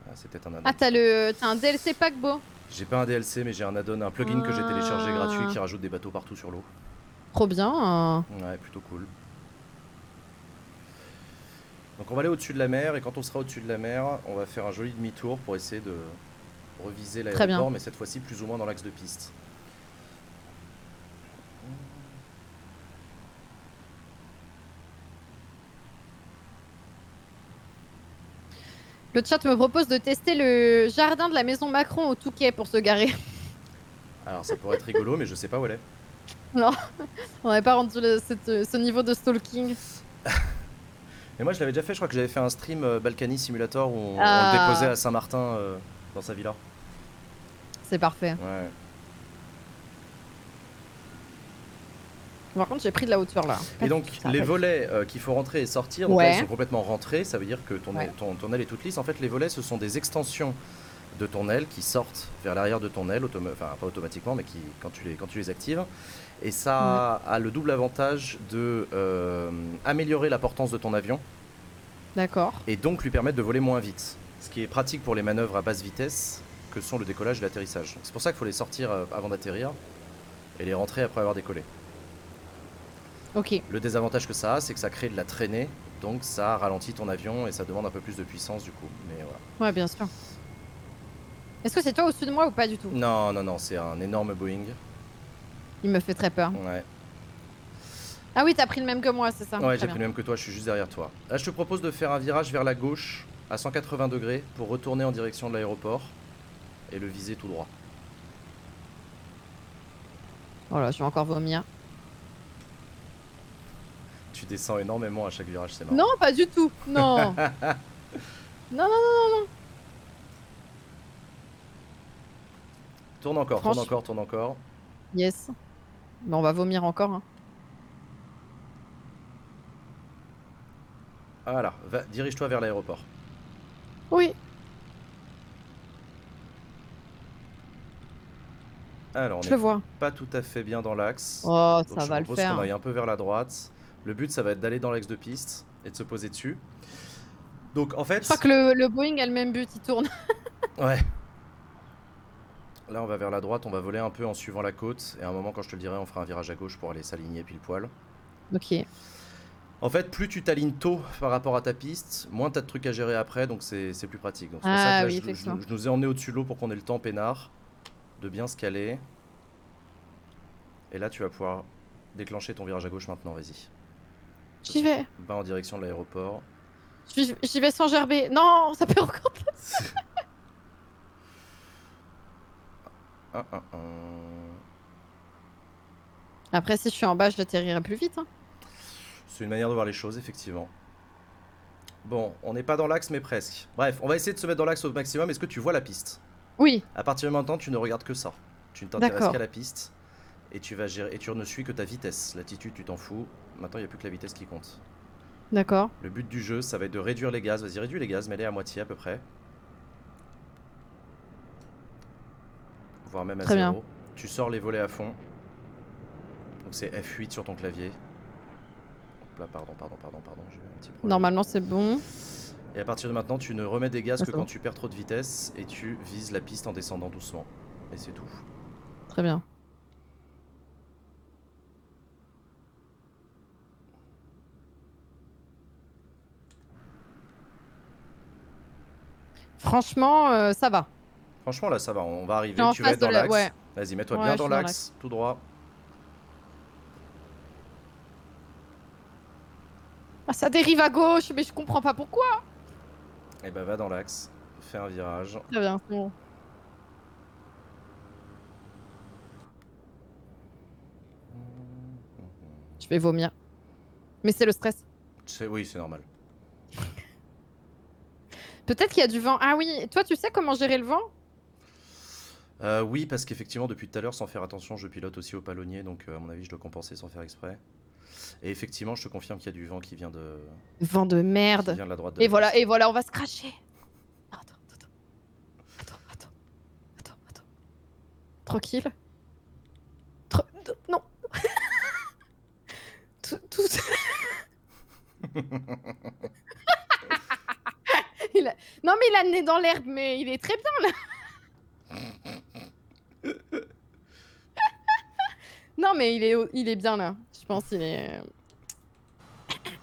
Ah, c'est peut-être un add-on. Ah, t'as le, t'as un DLC paquebot. J'ai pas un DLC, mais j'ai un add-on, un plugin que j'ai téléchargé Ah. gratuit qui rajoute des bateaux partout sur l'eau. Trop bien. Ouais, plutôt cool. Donc on va aller au-dessus de la mer et quand on sera au-dessus de la mer, on va faire un joli demi-tour pour essayer de reviser Très bien. l'aéroport, mais cette fois-ci plus ou moins dans l'axe de piste. Le chat me propose de tester le jardin de la maison Macron au Touquet pour se garer. Alors ça pourrait être rigolo, mais je sais pas où elle est. On n'est pas rendu le- cette- ce niveau de stalking. Mais moi je l'avais déjà fait, je crois que j'avais fait un stream euh, Balkany Simulator où on, on Ah. le déposait à Saint-Martin euh, dans sa villa. C'est parfait. Ouais. Par contre, j'ai pris de la hauteur là. Et donc Ça les rappelle. volets euh, qu'il faut rentrer et sortir, donc là, Ouais. ils sont complètement rentrés, ça veut dire que ton, Ouais. aile, ton, ton aile est toute lisse. En fait les volets ce sont des extensions de ton aile qui sortent vers l'arrière de ton aile, automa- enfin pas automatiquement mais qui, quand, tu les, quand tu les actives. Et ça a le double avantage de euh, améliorer la portance de ton avion D'accord. et donc lui permettre de voler moins vite. Ce qui est pratique pour les manœuvres à basse vitesse que sont le décollage et l'atterrissage. C'est pour ça qu'il faut les sortir euh, avant d'atterrir et les rentrer après avoir décollé. Ok. Le désavantage que ça a, c'est que ça crée de la traînée, donc ça ralentit ton avion et ça demande un peu plus de puissance du coup. Mais voilà. Ouais, bien sûr. Est-ce que c'est toi au-dessus de moi ou pas du tout Non, non, non, c'est un énorme Boeing. Il me fait très peur. Ouais, Ah oui, t'as pris le même que moi, c'est ça ouais Très j'ai bien. pris le même que toi, je suis juste derrière toi. Là, je te propose de faire un virage vers la gauche à 180 degrés pour retourner en direction de l'aéroport et le viser tout droit. Oh là, je vais encore vomir. Tu descends énormément à chaque virage, c'est marrant. Non, pas du tout. Non. non, non, non. Tourne encore, Franchement. tourne encore, tourne encore. Yes. Mais on va vomir encore. hein. Voilà, Ah va- dirige-toi vers l'aéroport. Oui. Alors, on Je le n'est vois. pas tout à fait bien dans l'axe. Oh, Donc, ça je va le propose qu'on faire. aille un peu vers la droite. Le but, ça va être d'aller dans l'axe de piste et de se poser dessus. Donc, en fait, Je crois que le, le Boeing a le même but, il tourne. ouais. Là, on va vers la droite, on va voler un peu en suivant la côte. Et à un moment, quand je te le dirai, on fera un virage à gauche pour aller s'aligner pile poil. Ok. En fait, plus tu t'alignes tôt par rapport à ta piste, moins t'as de trucs à gérer après, donc c'est c'est plus pratique. Donc c'est pour ça Ah que là, oui, je- je, effectivement. je nous ai emmené au-dessus de l'eau pour qu'on ait le temps peinard de bien se caler. Et là, tu vas pouvoir déclencher ton virage à gauche maintenant, vas-y. J'y vais. Bas en direction de l'aéroport. J'y j'y vais sans gerber. Non, ça peut encore. Un, un, un. Après, si je suis en bas, je l'atterrirai plus vite. hein. C'est une manière de voir les choses, effectivement. Bon, on n'est pas dans l'axe, mais presque. Bref, on va essayer de se mettre dans l'axe au maximum. Est-ce que tu vois la piste Oui. À partir de maintenant, tu ne regardes que ça. Tu ne t'intéresses D'accord. qu'à la piste. Et tu, vas gérer, et tu ne suis que ta vitesse. L'attitude, tu t'en fous. Maintenant, il n'y a plus que la vitesse qui compte. D'accord. Le but du jeu, ça va être de réduire les gaz. Vas-y, réduis les gaz, mets-les à moitié à peu près. Voire même à Très bien. zéro. Tu sors les volets à fond. Donc c'est F8 sur ton clavier. Hop Là, pardon, pardon, pardon, pardon, j'ai eu un petit problème. Normalement, c'est bon. Et à partir de maintenant, tu ne remets des gaz Ah, que c'est bon. quand tu perds trop de vitesse et tu vises la piste en descendant doucement. Et c'est tout. Très bien. Franchement, euh, ça va. Franchement, là, ça va, on va arriver. T'es en Tu vas face être dans de la- l'axe. ouais. Vas-y, mets-toi Ouais, bien je dans suis dans l'axe, tout droit. Ah, ça dérive à gauche, mais je comprends pas pourquoi. Et bah va dans l'axe, fais un virage. Très bien, c'est bon. Je vais vomir. Mais c'est le stress. C'est- Oui, c'est normal. Peut-être qu'il y a du vent. Ah oui, toi, tu sais comment gérer le vent Euh, oui, parce qu'effectivement, depuis tout à l'heure, sans faire attention, je pilote aussi au palonnier, donc euh, à mon avis, je dois compenser sans faire exprès. Et effectivement, je te confirme qu'il y a du vent qui vient de, Vent de qui merde. vient de la droite. De Et la voilà, place. et voilà, on va se cracher. Non, Attends, attends, attends, attends, attends, attends. Tranquille. Tra- non. tout, tout- Il a- Non mais il a le nez dans l'herbe, mais il est très bien là. non mais il est, au- il est bien là. Je pense il est.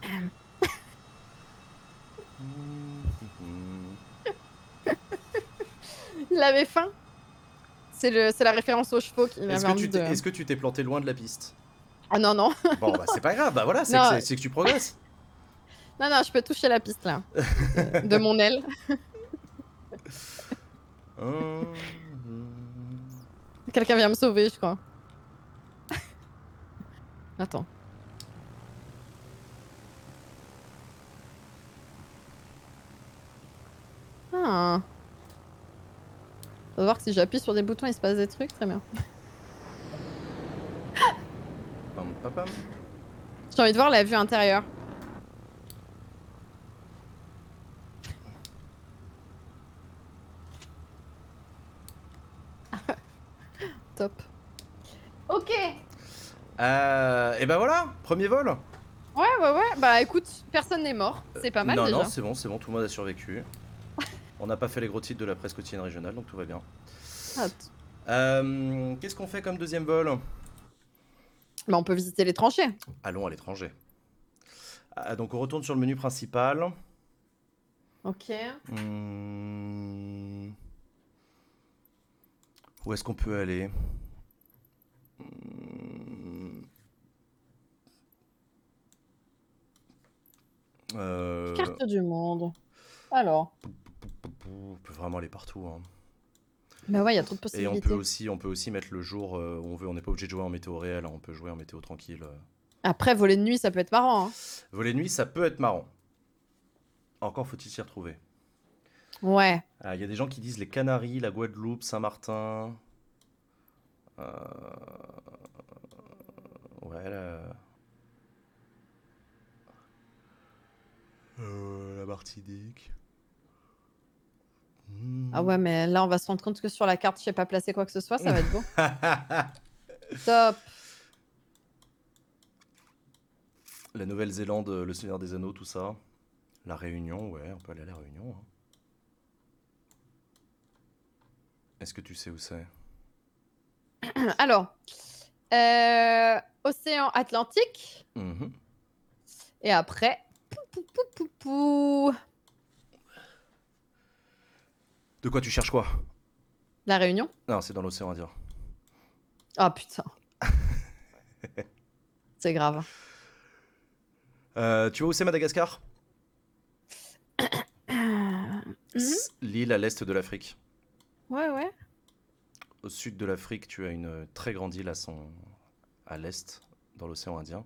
euh, Mmh. Il avait faim. C'est le, c'est la référence aux chevaux qu'il avait Est-ce que, envie tu t'es- de. est-ce que tu t'es planté loin de la piste Ah non, non. Bon, bah c'est pas grave, bah voilà, c'est que, Non. c'est- c'est que tu progresses. Non, non, je peux toucher la piste là. Euh, de mon aile. Hum, Quelqu'un vient me sauver, je crois. Attends. Ah. On va voir que si j'appuie sur des boutons, il se passe des trucs. Très bien. Pam, pam, pam. J'ai envie de voir la vue intérieure. Top. Ok. Euh, et ben voilà, premier vol. Ouais, ouais, ouais. Bah écoute, personne n'est mort. C'est pas mal non, déjà. non, c'est bon, c'est bon, tout le monde a survécu. On n'a pas fait les gros titres de la presse quotidienne régionale, donc tout va bien. Ah, t- Euh, Qu'est-ce qu'on fait comme deuxième vol bah on peut visiter les tranchées. Allons à l'étranger. Ah, donc on retourne sur le menu principal. Ok. Euh. Hmm. Où est-ce qu'on peut aller Hmm. Euh, Carte du monde. Alors. on peut vraiment aller partout. hein. Bah ouais, il y a trop Et on de possibilités. peut aussi, on peut aussi mettre le jour euh, où on veut. On n'est pas obligé de jouer en météo réel. hein, On peut jouer en météo tranquille. euh. Après, voler de nuit, ça peut être marrant. hein. Voler nuit, ça peut être marrant. Encore faut-il s'y retrouver. Ouais. Ah, Il y a des gens qui disent les Canaries, la Guadeloupe, Saint-Martin. Euh, Ouais, la... Euh, la Martinique. Hmm. Ah ouais, mais là, on va se rendre compte que sur la carte, je sais pas placer quoi que ce soit. Ça va être beau. Top. la Nouvelle-Zélande, euh, le Seigneur des Anneaux, tout ça. La Réunion, ouais, on peut aller à la Réunion. hein. Est-ce que tu sais où c'est Alors, euh, océan Atlantique, Mhm. et après, pou, pou, pou, pou, pou, De quoi tu cherches quoi la Réunion. Non, c'est dans l'océan Indien. Ah putain. C'est grave. Euh, tu vois où c'est Madagascar Mhm. S- L'île à l'est de l'Afrique. Ouais, ouais. Au sud de l'Afrique, tu as une euh, très grande île à, son... à l'est, dans l'océan Indien.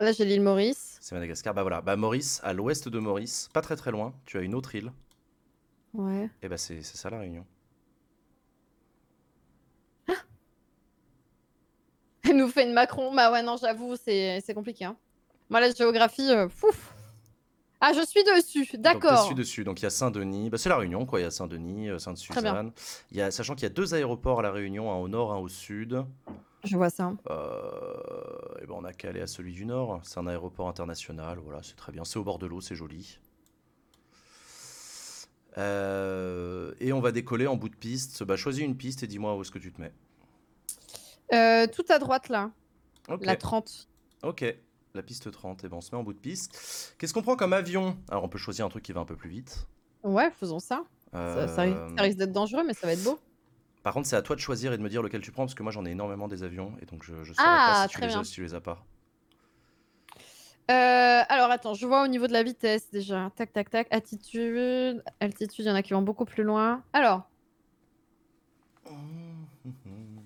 Là, j'ai l'île Maurice. C'est Madagascar. Bah voilà, bah Maurice, à l'ouest de Maurice, pas très très loin, tu as une autre île. Ouais. Et bah c'est c'est ça la Réunion. Elle nous fait une Macron. Bah ouais, non, j'avoue, c'est c'est compliqué. hein. Moi, la géographie, euh, fouf. Ah, je suis dessus, d'accord. Donc dessus Donc il y a Saint-Denis, bah, c'est la Réunion quoi, il y a Saint-Denis, euh, Sainte-Suzanne. Il y a, sachant qu'il y a deux aéroports à la Réunion, un au nord, un au sud. Je vois ça. Euh, et ben on a qu'à aller à celui du Nord. C'est un aéroport international. Voilà, c'est très bien. C'est au bord de l'eau, c'est joli. Euh, et on va décoller en bout de piste. Bah, choisis une piste et dis-moi où est-ce que tu te mets. Euh, tout à droite, là, Ok. la 30. Ok. La piste 30. Et ben on se met en bout de piste. Qu'est-ce qu'on prend comme avion Alors on peut choisir un truc qui va un peu plus vite. Ouais, faisons ça. Ça, ça ri- Euh, ça risque d'être dangereux, mais ça va être beau. Par contre, c'est à toi de choisir et de me dire lequel tu prends parce que moi j'en ai énormément des avions et donc je, je saurais Ah, pas si tu, très les as, bien. si tu les as pas. Euh, alors attends, je vois au niveau de la vitesse déjà. Tac, tac, tac. Attitude, altitude, il y en a qui vont beaucoup plus loin. Alors, Mmh.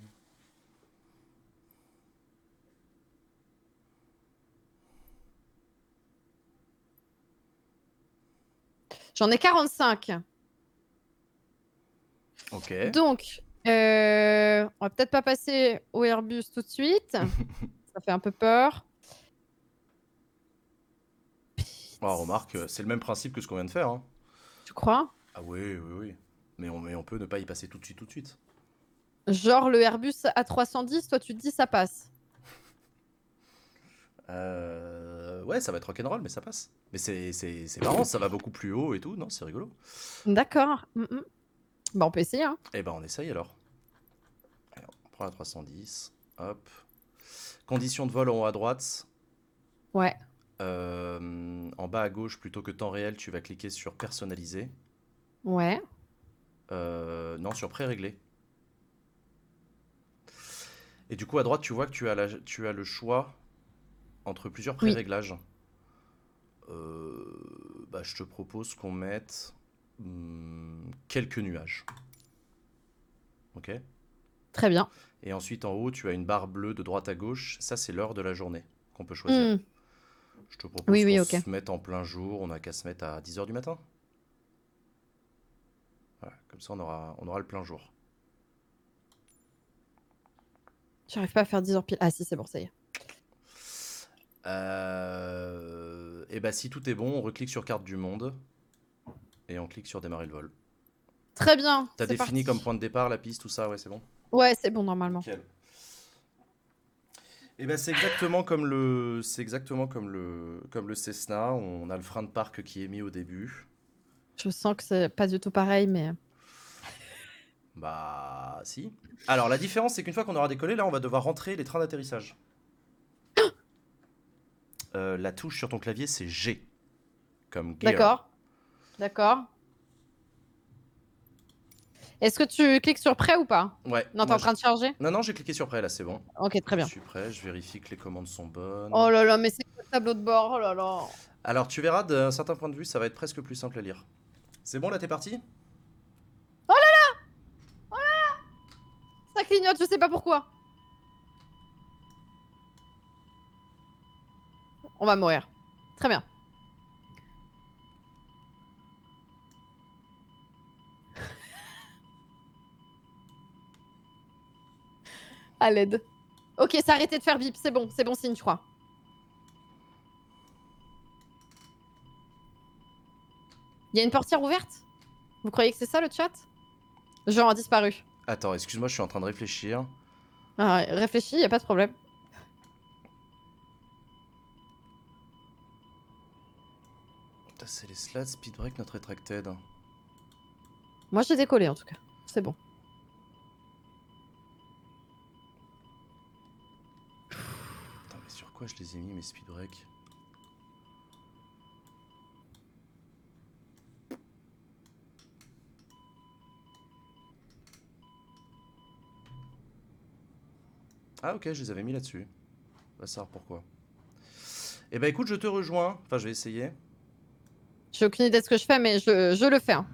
j'en ai 45. Ok. Donc, euh, on va peut-être pas passer au Airbus tout de suite. Ça fait un peu peur. Ah, remarque, euh, c'est le même principe que ce qu'on vient de faire. hein. Tu crois Ah oui, oui, oui. Mais on, mais on peut ne pas y passer tout de suite, tout de suite. Genre le Airbus A310, toi tu te dis ça passe. Euh, Ouais, ça va être rock'n'roll, mais ça passe. Mais c'est- c'est c'est marrant, ça va beaucoup plus haut et tout. Non, c'est rigolo. D'accord. Mm, mm. Bah, on peut essayer. hein. Eh ben, on essaye alors. Alors, on prend la 310. Hop. Conditions de vol en haut à droite. Ouais. Euh, en bas à gauche, plutôt que temps réel, tu vas cliquer sur personnaliser. Ouais. Euh, non, sur pré-réglé. Et du coup, à droite, tu vois que tu as, la- tu as le choix entre plusieurs Oui. pré-réglages. Euh, bah, je te propose qu'on mette hmm, quelques nuages. Ok Très bien. Et ensuite, en haut, tu as une barre bleue de droite à gauche. Ça, c'est l'heure de la journée qu'on peut choisir. Mm. Je te propose Oui, oui, qu'on ok. se mette en plein jour. On n'a qu'à se mettre à 10h du matin. Voilà, comme ça, on aura, on aura le plein jour. J'arrive pas à faire 10 heures pile. Ah si, c'est bon, ça y est. Euh... Et bah si tout est bon, on reclique sur carte du monde et on clique sur démarrer le vol. Très bien. T'as c'est défini parti. comme point de départ la piste, tout ça, ouais c'est bon. Ouais, c'est bon normalement. Et bah c'est exactement comme le, c'est exactement comme le, comme le Cessna. On a le frein de parc qui est mis au début. Je sens que c'est pas du tout pareil, mais euh, Bah si. Alors la différence c'est qu'une fois qu'on aura décollé, là on va devoir rentrer les trains d'atterrissage. Ah Euh, la touche sur ton clavier c'est G, comme gear. d'accord. D'accord. Est-ce que tu cliques sur prêt ou pas Ouais. Non, t'es moi, en train de charger je- Non non j'ai cliqué sur prêt là c'est bon. Ok, très bien. Je suis prêt, je vérifie que les commandes sont bonnes. Oh là là, mais c'est quoi le tableau de bord Oh là là. Alors tu verras, d'un certain point de vue, ça va être presque plus simple à lire. C'est bon, là t'es parti Ça clignote, je sais pas pourquoi. On va mourir. Très bien. À l'aide. Ok, ça a arrêté de faire bip, c'est bon, c'est bon signe, je crois. Il y a une portière ouverte Vous croyez que c'est ça le chat Jean a disparu. Attends, excuse-moi, je suis en train de réfléchir. Ah, réfléchis, y a pas de problème. Putain, c'est les slats, speed break, not retracted. Moi, j'ai décollé en tout cas. C'est bon. Putain, mais sur quoi je les ai mis, mes speed break Ah ok, je les avais mis là-dessus. On va savoir pourquoi. Eh ben écoute, je te rejoins. Enfin, je vais essayer. J'ai aucune idée de ce que je fais, mais je, je le fais. hein.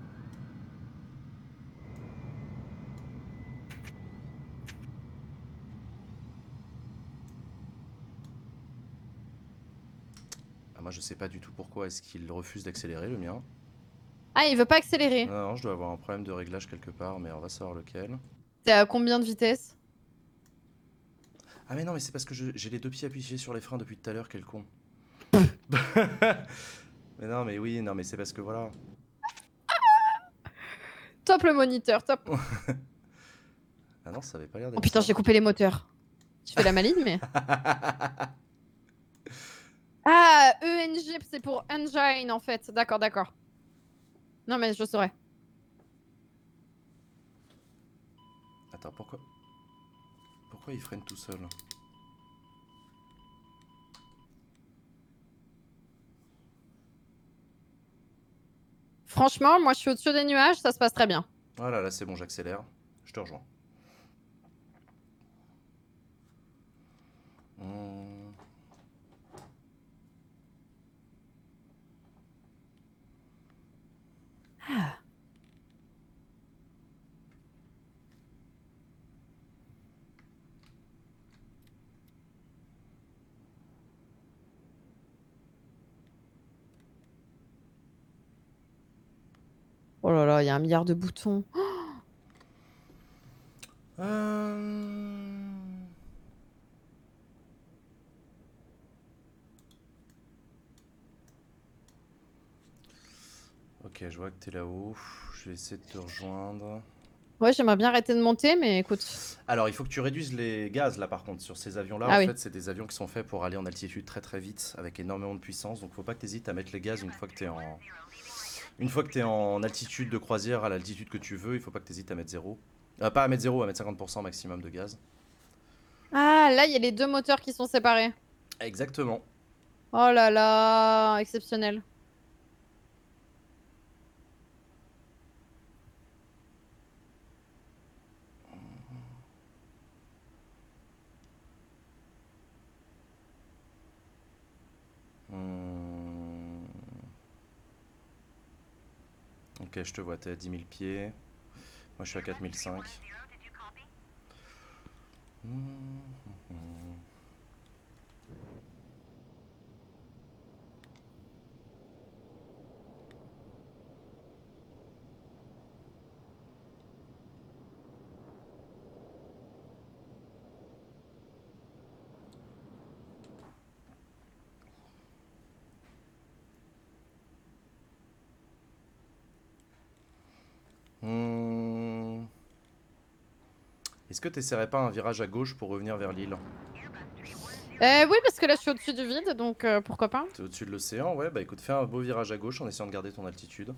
Ah, moi, je sais pas du tout pourquoi est-ce qu'il refuse d'accélérer le mien. Ah, il veut pas accélérer. Non, non, je dois avoir un problème de réglage quelque part, mais on va savoir lequel. T'es à combien de vitesse Ah mais non, mais c'est parce que je- j'ai les deux pieds appuyés sur les freins depuis tout à l'heure, quel con. mais non, mais oui, non, mais c'est parce que voilà. Top le moniteur, top. Ah non, ça avait pas l'air d'être. Oh putain, ça. j'ai coupé les moteurs. Je fais la maligne, mais. Ah, ENG, c'est pour engine en fait. D'accord, d'accord. Non, mais je saurais. Attends, pourquoi Pourquoi il freine tout seul Franchement, moi, je suis au-dessus des nuages, ça se passe très bien. Voilà, Ah là, c'est bon, j'accélère. Je te rejoins. Hmm. Ah. Oh là là, il y a un milliard de boutons. Euh, Ok, je vois que t'es là-haut. Je vais essayer de te rejoindre. Ouais, j'aimerais bien arrêter de monter, mais écoute. Alors, il faut que tu réduises les gaz là par contre. Sur ces avions-là, Ah en oui. fait, c'est des avions qui sont faits pour aller en altitude très très vite avec énormément de puissance. Donc, faut pas que t'hésites à mettre les gaz une fois que t'es en. Une fois que t'es en altitude de croisière à l'altitude que tu veux, il faut pas que t'hésites à mettre zéro. Euh, pas à mettre zéro, à mettre 50% maximum de gaz. Ah, là, il y a les deux moteurs qui sont séparés. Exactement. Oh là là, exceptionnel. Hmm. Ok, je te vois, t'es à 10 000 pieds. Moi, je suis à 4005. Hmm, hmm, hmm. Hmm. Est-ce que t'essaierais pas un virage à gauche pour revenir vers l'île Euh, oui, parce que là, je suis au-dessus du vide, donc euh, pourquoi pas. T'es au-dessus de l'océan, ouais, bah écoute, fais un beau virage à gauche en essayant de garder ton altitude.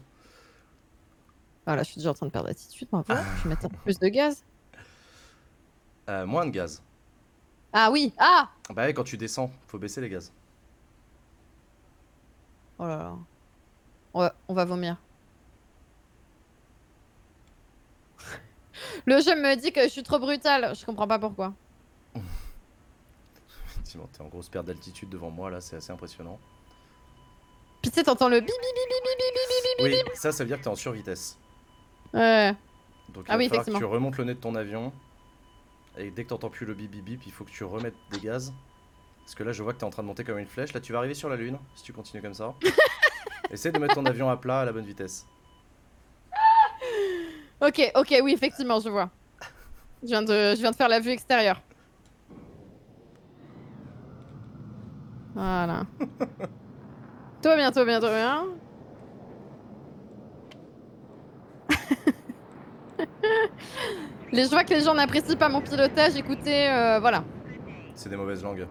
Ah là, je suis déjà en train de perdre l'attitude, bravo. Je vais mettre un peu plus de gaz. Euh, moins de gaz. Ah oui, ah Bah ouais, quand tu descends, faut baisser les gaz. Oh là là. On va, on va vomir. Le jeu me dit que je suis trop brutale. Je comprends pas pourquoi. Effectivement, t'es en grosse perte d'altitude devant moi, là, c'est assez impressionnant. Puis tu sais, t'entends le bip bip. Oui, ça, ça veut dire que t'es en survitesse. Ouais. Donc il Ah va falloir oui, que tu effectivement. remontes le nez de ton avion. Et dès que t'entends plus le bip bip bip, il faut que tu remettes des gaz. Parce que là, je vois que t'es en train de monter comme une flèche. Là, tu vas arriver sur la Lune si tu continues comme ça. Essaye de mettre ton avion à plat à la bonne vitesse. Ok, ok, oui, effectivement, je vois. Je viens de, je viens de faire la vue extérieure. Voilà. tout va bien, tout va bien, tout va bien. les, je vois que les gens n'apprécient pas mon pilotage. Écoutez, euh, voilà. C'est des mauvaises langues.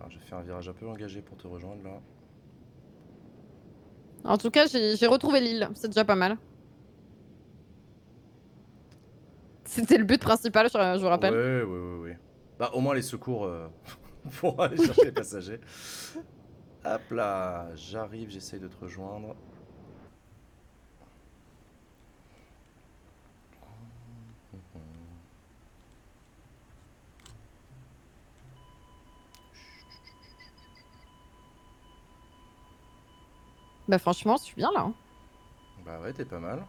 Alors, j'ai fait un virage un peu engagé pour te rejoindre là. En tout cas, j'ai j'ai retrouvé l'île. C'est déjà pas mal. C'était le but principal, je, je vous rappelle. Ouais, ouais, ouais, ouais. Bah, au moins les secours euh, pour aller chercher les passagers. Hop là, j'arrive, j'essaye de te rejoindre. Bah franchement, je suis bien là. hein. Bah ouais, t'es pas mal.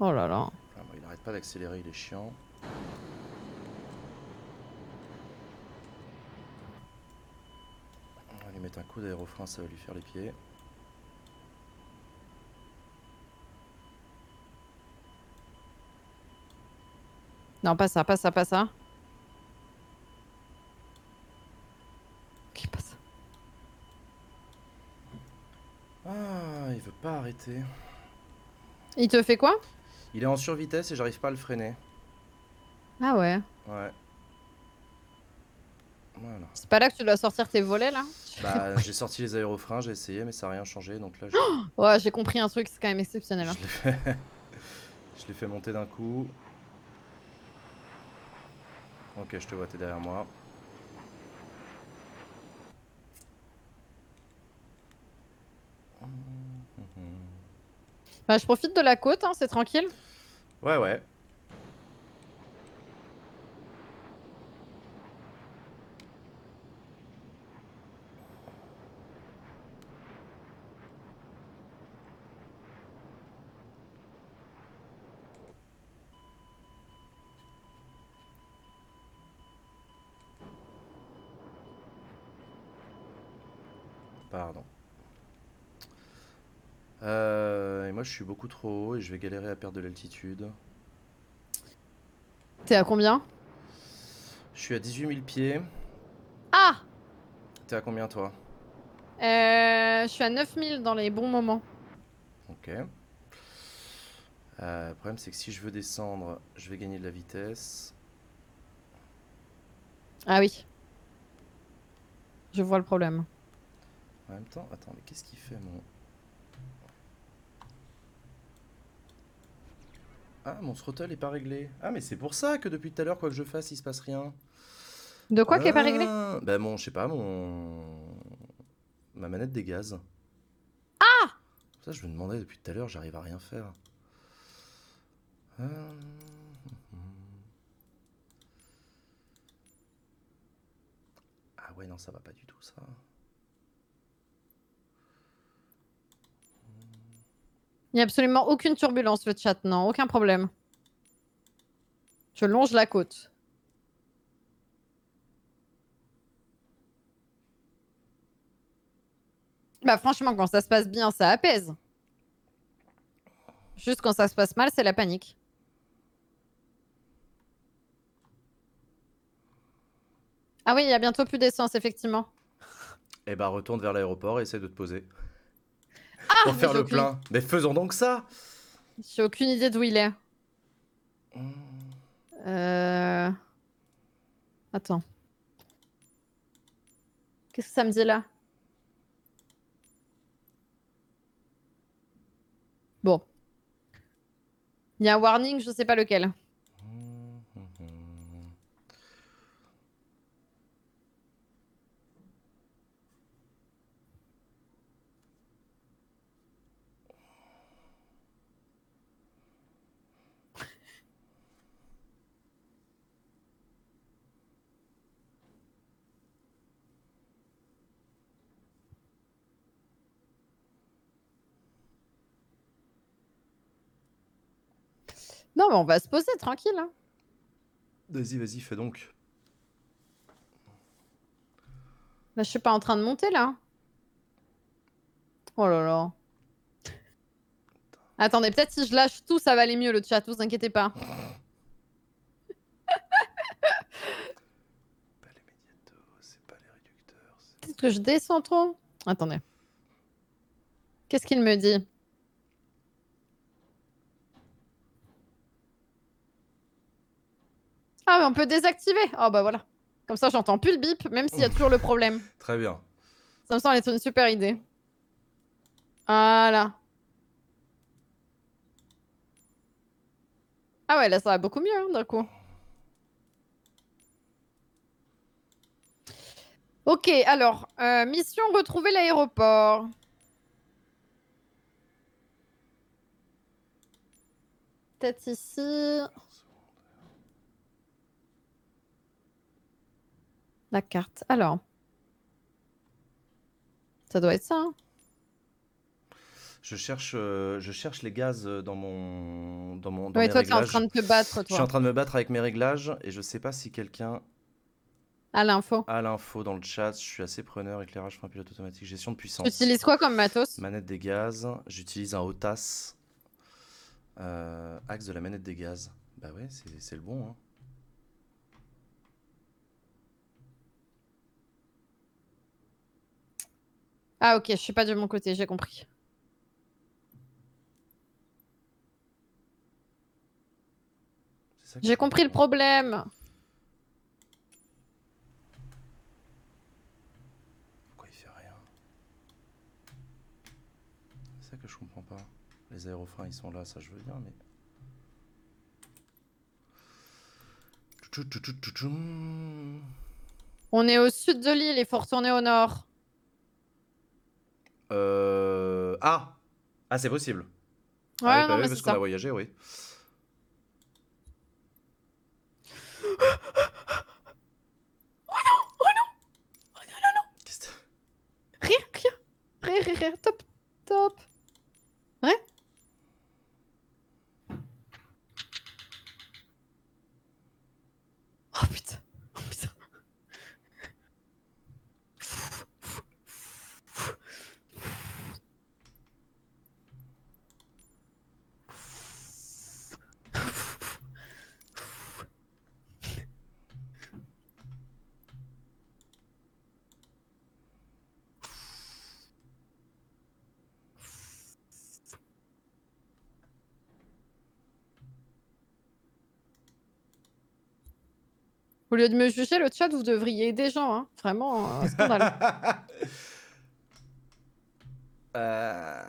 Oh là là. Ah, bah, il arrête pas d'accélérer, il est chiant. On va lui mettre un coup d'aérofrein, ça va lui faire les pieds. Non, pas ça, pas ça, pas ça. Ok, pas ça. Ah, il veut pas arrêter. Il te fait quoi Il est en survitesse et j'arrive pas à le freiner. Ah ouais. Ouais. Voilà. C'est pas là que tu dois sortir tes volets là Bah, j'ai sorti les aérofreins, j'ai essayé, mais ça a rien changé. Donc là, je, Ouais, j'ai compris un truc, c'est quand même exceptionnel. hein. je l'ai fait... je l'ai fait monter d'un coup. Ok, je te vois, t'es derrière moi. Bah, je profite de la côte, hein, c'est tranquille. Ouais, ouais. Pardon. Euh, et moi, je suis beaucoup trop haut et je vais galérer à perdre de l'altitude. T'es à combien Je suis à 18 000 pieds. Ah T'es à combien, toi Euh, Je suis à 9000 dans les bons moments. Ok. Euh, le problème, c'est que si je veux descendre, je vais gagner de la vitesse. Ah oui. Je vois le problème. En même temps, attends, mais qu'est-ce qu'il fait, mon... Ah, mon throttle est pas réglé. Ah, mais c'est pour ça que depuis tout à l'heure, quoi que je fasse, il se passe rien. De quoi qui est pas réglé Ah, Bah mon, je sais pas, mon... Ma manette des gaz. Ah Ça, je me demandais depuis tout à l'heure, j'arrive à rien faire. Euh, Ah ouais, non, ça va pas du tout, ça. Il n'y a absolument aucune turbulence, le chat, non, aucun problème. Je longe la côte. Bah franchement, quand ça se passe bien, ça apaise. Juste quand ça se passe mal, c'est la panique. Ah oui, il y a bientôt plus d'essence, effectivement. Eh bah, retourne vers l'aéroport et essaie de te poser. Ah, Pour mais faire j'ai le aucune- plein. Mais faisons donc ça J'ai aucune idée d'où il est. Hum, Euh... Attends. Qu'est-ce que ça me dit là Bon. Il y a un warning, je sais pas lequel. hum, hum, hum. Non, mais on va se poser tranquille. hein. Vas-y, vas-y, fais donc. Là, je suis pas en train de monter là. Oh là là. Attendez, peut-être si je lâche tout, ça va aller mieux le chat, vous inquiétez pas. pas les médiatos, c'est pas les réducteurs. c'est- Peut-être que je descends trop. Attendez. Qu'est-ce qu'il me dit Ah, mais on peut désactiver. Oh, bah voilà. Comme ça, j'entends plus le bip, même s'il y a toujours le problème. Très bien. Ça me semble être une super idée. Voilà. Ah ouais, là, ça va beaucoup mieux, hein, d'un coup. Ok, alors, euh, mission retrouver l'aéroport. Peut-être ici. La carte. Alors. Ça doit être ça. hein. Je cherche, euh, je cherche les gaz euh, dans mon, dans mon, dans Ouais, mes toi, t'es en réglages. train de te battre, Je suis en toi. train de me battre avec mes réglages et je sais pas si quelqu'un À l'info. a l'info dans le chat. Je suis assez preneur. Éclairage, frein pilote automatique, gestion de Tu puissance, utilises quoi comme matos manette des gaz. J'utilise un OTAS. Euh, axe de la manette des gaz. Bah ouais, c'est c'est le bon. hein. Ah, ok, je suis pas de mon côté, j'ai compris. C'est ça que J'ai je compris le comprends. problème. Pourquoi il fait rien C'est ça que je comprends pas. Les aérofreins, ils sont là, ça je veux bien, mais. Tchoutchoutchoutchouchoum. On est au sud de l'île, il faut retourner au nord. Euh. Ah Ah, c'est possible. Ouais, Ah oui, bah non, oui, mais parce c'est qu'on ça. a voyagé, oui. Oh Oh Qu'est-ce que- Rire, rire, rire, rire, rire, top, top. Ouais Oh putain, oh putain. Au lieu de me juger, le chat, vous devriez aider gens, hein. Vraiment, euh, un scandale. Euh,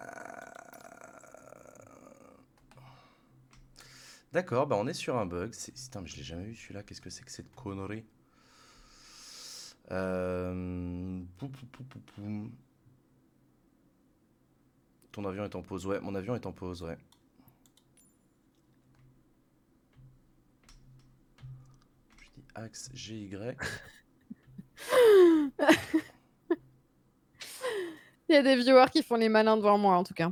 D'accord, bah on est sur un bug. C'est... Putain, mais je l'ai jamais eu celui-là. Qu'est-ce que c'est que cette connerie Euh, pou, pou, pou, pou, pou. Ton avion est en pause, ouais. Mon avion est en pause, ouais. Je dis axe GY. Il y a des viewers qui font les malins devant moi, en tout cas.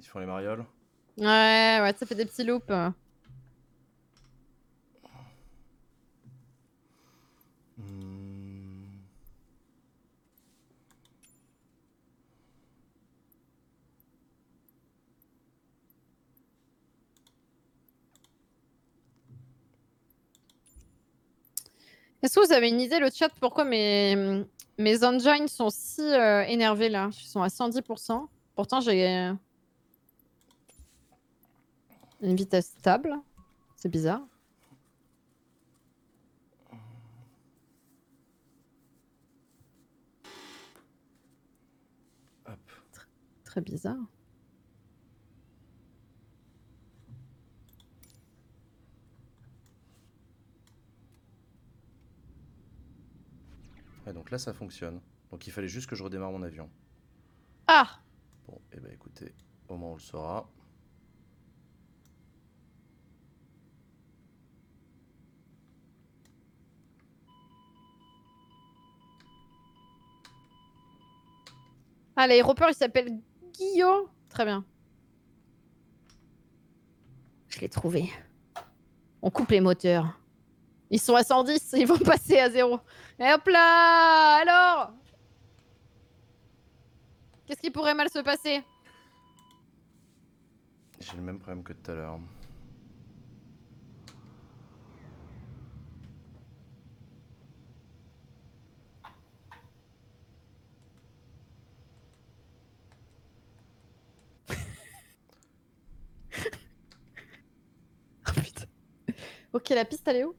Ils font les marioles. Ouais, ouais, ça fait des petits loops. euh. Hmm. Est-ce que vous avez une idée, le chat, pourquoi mes, mes engines sont si euh, énervés là Ils sont à 110%. Pourtant, j'ai euh, une vitesse stable. C'est bizarre. Hop. Tr- Très bizarre. Ouais, donc là, ça fonctionne. Donc il fallait juste que je redémarre mon avion. Ah Bon, et ben écoutez, au moins on le saura. Ah, l'aéroport, il s'appelle Guillaume. Très bien. Je l'ai trouvé. On coupe les moteurs. Ils sont à 110, ils vont passer à zéro. Et hop là Alors Qu'est-ce qui pourrait mal se passer J'ai le même problème que tout à l'heure. Oh putain. Ok, la piste, elle est où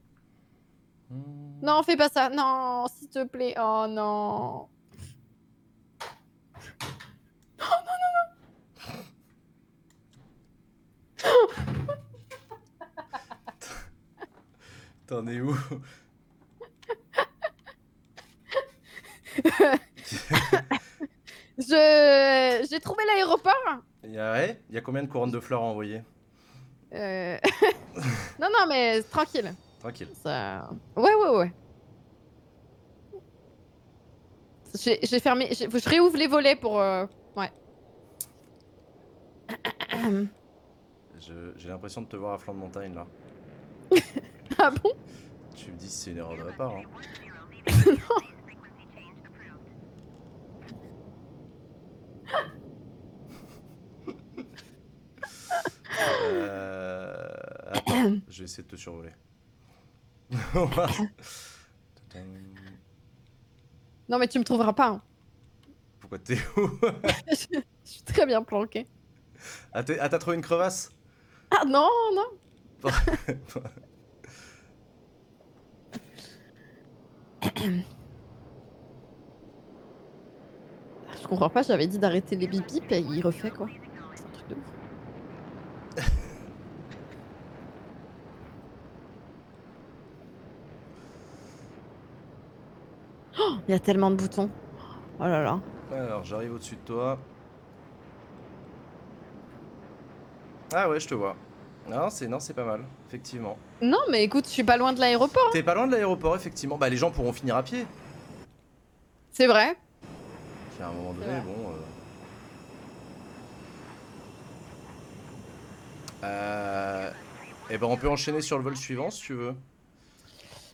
Hmm. Non, fais pas ça. Non, s'il te plaît. Oh non. T'en es où Je... J'ai trouvé l'aéroport. Y'a ouais, y a combien de couronnes de fleurs à envoyer Euh, non, non, mais tranquille. Tranquille. Ça... Ouais, ouais, ouais. J'ai j'ai fermé. j'ai- Je réouvre les volets pour. euh, Ouais. Je- J'ai l'impression de te voir à flanc de montagne là. Ah bon Tu me dis si c'est une erreur de ma part. Hein. Euh, attends, je vais essayer de te survoler. On va- Non, mais tu me trouveras pas. hein. Pourquoi t'es où je suis très bien planquée. Ah t'es- ah, t'as trouvé une crevasse Ah non, non. Je comprends pas, j'avais dit d'arrêter les bip bip et il refait quoi. C'est un truc de ouf. Oh, Il y a tellement de boutons. Oh là là. Alors, j'arrive au-dessus de toi. Ah ouais, je te vois. Non, c'est non, c'est pas mal, effectivement. Non mais écoute, je suis pas loin de l'aéroport. T'es pas loin de l'aéroport, effectivement. Bah, les gens pourront finir à pied. C'est vrai. Puis à un moment donné, vrai. bon. euh. Euh, Eh ben, on peut enchaîner sur le vol suivant si tu veux.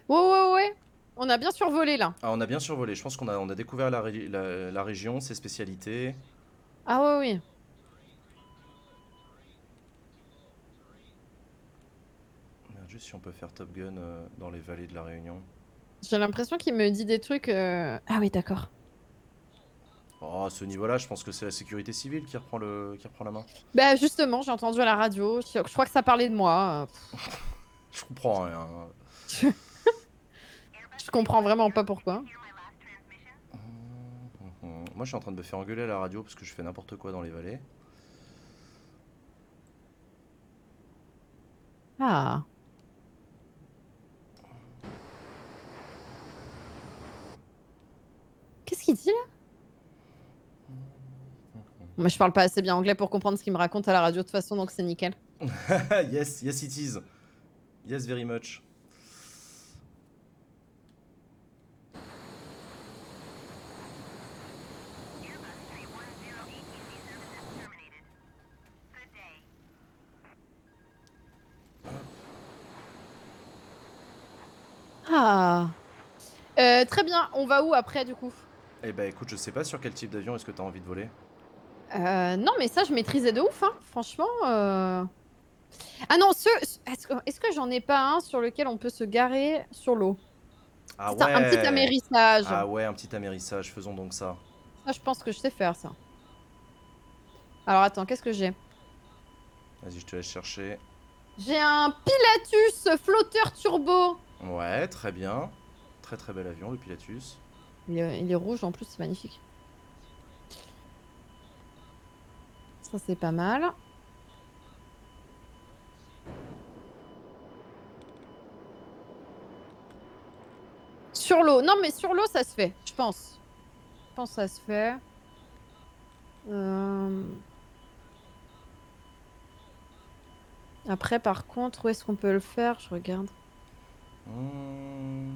Ouais ouais ouais. On a bien survolé là. Ah, on a bien survolé. Je pense qu'on a, on a découvert la, ré- la- la région, ses spécialités. Ah ouais oui. Merde, juste si on peut faire Top Gun euh, dans les vallées de la Réunion. J'ai l'impression qu'il me dit des trucs. euh, Ah oui d'accord. Oh, à ce niveau-là, je pense que c'est la sécurité civile qui reprend, le... qui reprend la main. Bah justement, j'ai entendu à la radio. Je, je crois que ça parlait de moi. euh, Je comprends rien. hein. comprends vraiment pas pourquoi. Hum, Moi, je suis en train de me faire engueuler à la radio parce que je fais n'importe quoi dans les vallées. Ah. Qu'est-ce qu'il dit là Moi je parle pas assez bien anglais pour comprendre ce qu'il me raconte à la radio de toute façon donc c'est nickel. yes, yes it is. Yes, very much. Ah. Euh, très bien, on va où après du coup Eh ben écoute, je sais pas sur quel type d'avion est-ce que t'as envie de voler. Euh, non, mais ça, je maîtrisais de ouf, hein. franchement. euh. Ah non, ce, ce- est-ce que, est-ce que j'en ai pas un sur lequel on peut se garer sur l'eau Ah C'est un- un petit amérissage. Ah ouais, un petit amérissage, faisons donc ça. Ça, je pense que je sais faire ça. Alors attends, qu'est-ce que j'ai Vas-y, je te laisse chercher. J'ai un Pilatus flotteur turbo. Ouais, très bien. Très très bel avion, le Pilatus. Il est, il est rouge en plus, c'est magnifique. Ça, c'est pas mal. Sur l'eau. Non, mais sur l'eau, ça se fait, je pense. Je pense que ça se fait. Euh, Après, par contre, où est-ce qu'on peut le faire Je regarde. Hmm.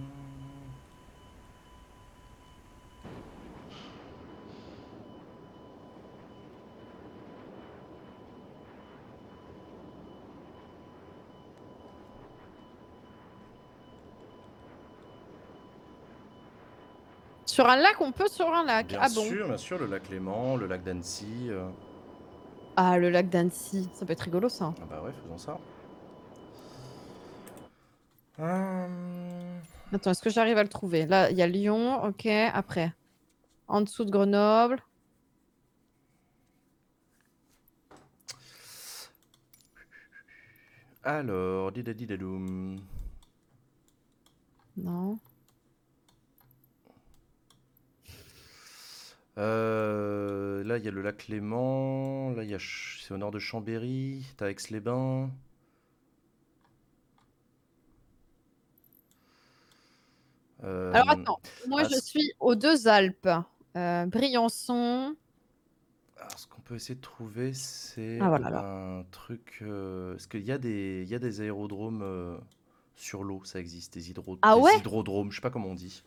Sur un lac, on peut sur un lac. Bien ah bon sûr, bien sûr, le lac Léman, le lac d'Annecy. euh, Ah, le lac d'Annecy. Ça peut être rigolo, ça. Ah bah ouais, faisons ça. Hum. Attends, est-ce que j'arrive à le trouver Là, il y a Lyon, ok, après. En dessous de Grenoble. Alors, didadidadoum. Non. Euh, là, il y a le lac Léman. Là, il y a Ch- c'est au nord de Chambéry. T'as Aix-les-Bains. Euh, Alors attends, moi ah, je c'est- suis aux deux Alpes. Euh, Briançon. alors, ce qu'on peut essayer de trouver, c'est euh, Ah, voilà, là. un truc. euh, parce qu'il y a des, il y a des aérodromes euh, sur l'eau, ça existe. Des, hydro, Ah des ouais hydrodromes, je sais pas comment on dit.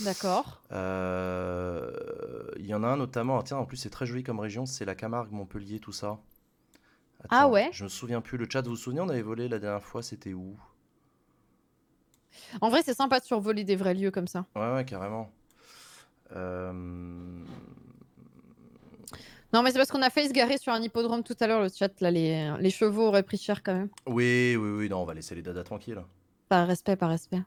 D'accord. Euh, Il y en a un notamment, ah tiens, en plus c'est très joli comme région, c'est la Camargue, Montpellier, tout ça. Ah Attends, ouais Je me souviens plus. Le chat, vous vous souvenez, on avait volé la dernière fois, c'était où? En vrai, c'est sympa de survoler des vrais lieux comme ça. Ouais, ouais, carrément. Euh, Non, mais c'est parce qu'on a failli se garer sur un hippodrome tout à l'heure, le chat. Là, les, les chevaux auraient pris cher quand même. Oui, oui, oui, non, on va laisser les dadas tranquilles. Par respect, par respect.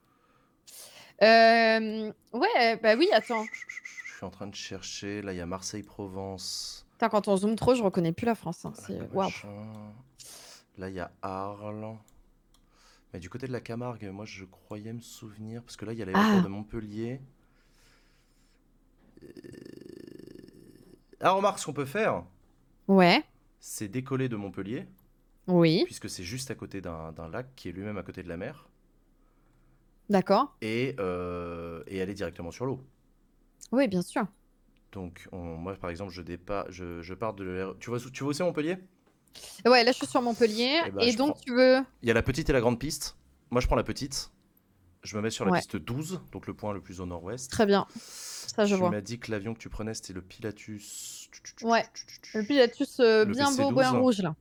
Euh, Ouais, bah oui, attends. Je suis en train de chercher. Là, il y a Marseille-Provence. Putain, quand on zoome trop, je reconnais plus la France. hein, Là, c'est- Waouh. machin. Là, il y a Arles. Mais du côté de la Camargue, moi, je croyais me souvenir, parce que là, il y a l'aéroport Ah. de Montpellier. Euh, Ah, remarque, ce qu'on peut faire, Ouais, c'est décoller de Montpellier, oui, puisque c'est juste à côté d'un d'un lac qui est lui-même à côté de la mer, d'accord. et, euh, et aller directement sur l'eau. Oui, bien sûr. Donc, on- moi, par exemple, je, dépa- je, je pars de l'aéro- Tu vois, tu vois où c'est Montpellier? Ouais, là je suis sur Montpellier. Eh ben, et je donc prends- tu veux. Il y a la petite et la grande piste. Moi, je prends la petite. Je me mets sur la Ouais. piste 12, donc le point le plus au nord-ouest. Très bien. Ça, je tu vois. m'as dit que l'avion que tu prenais, c'était le Pilatus. Ouais. Le Pilatus euh, Le bien beau, PC12. bien rouge là.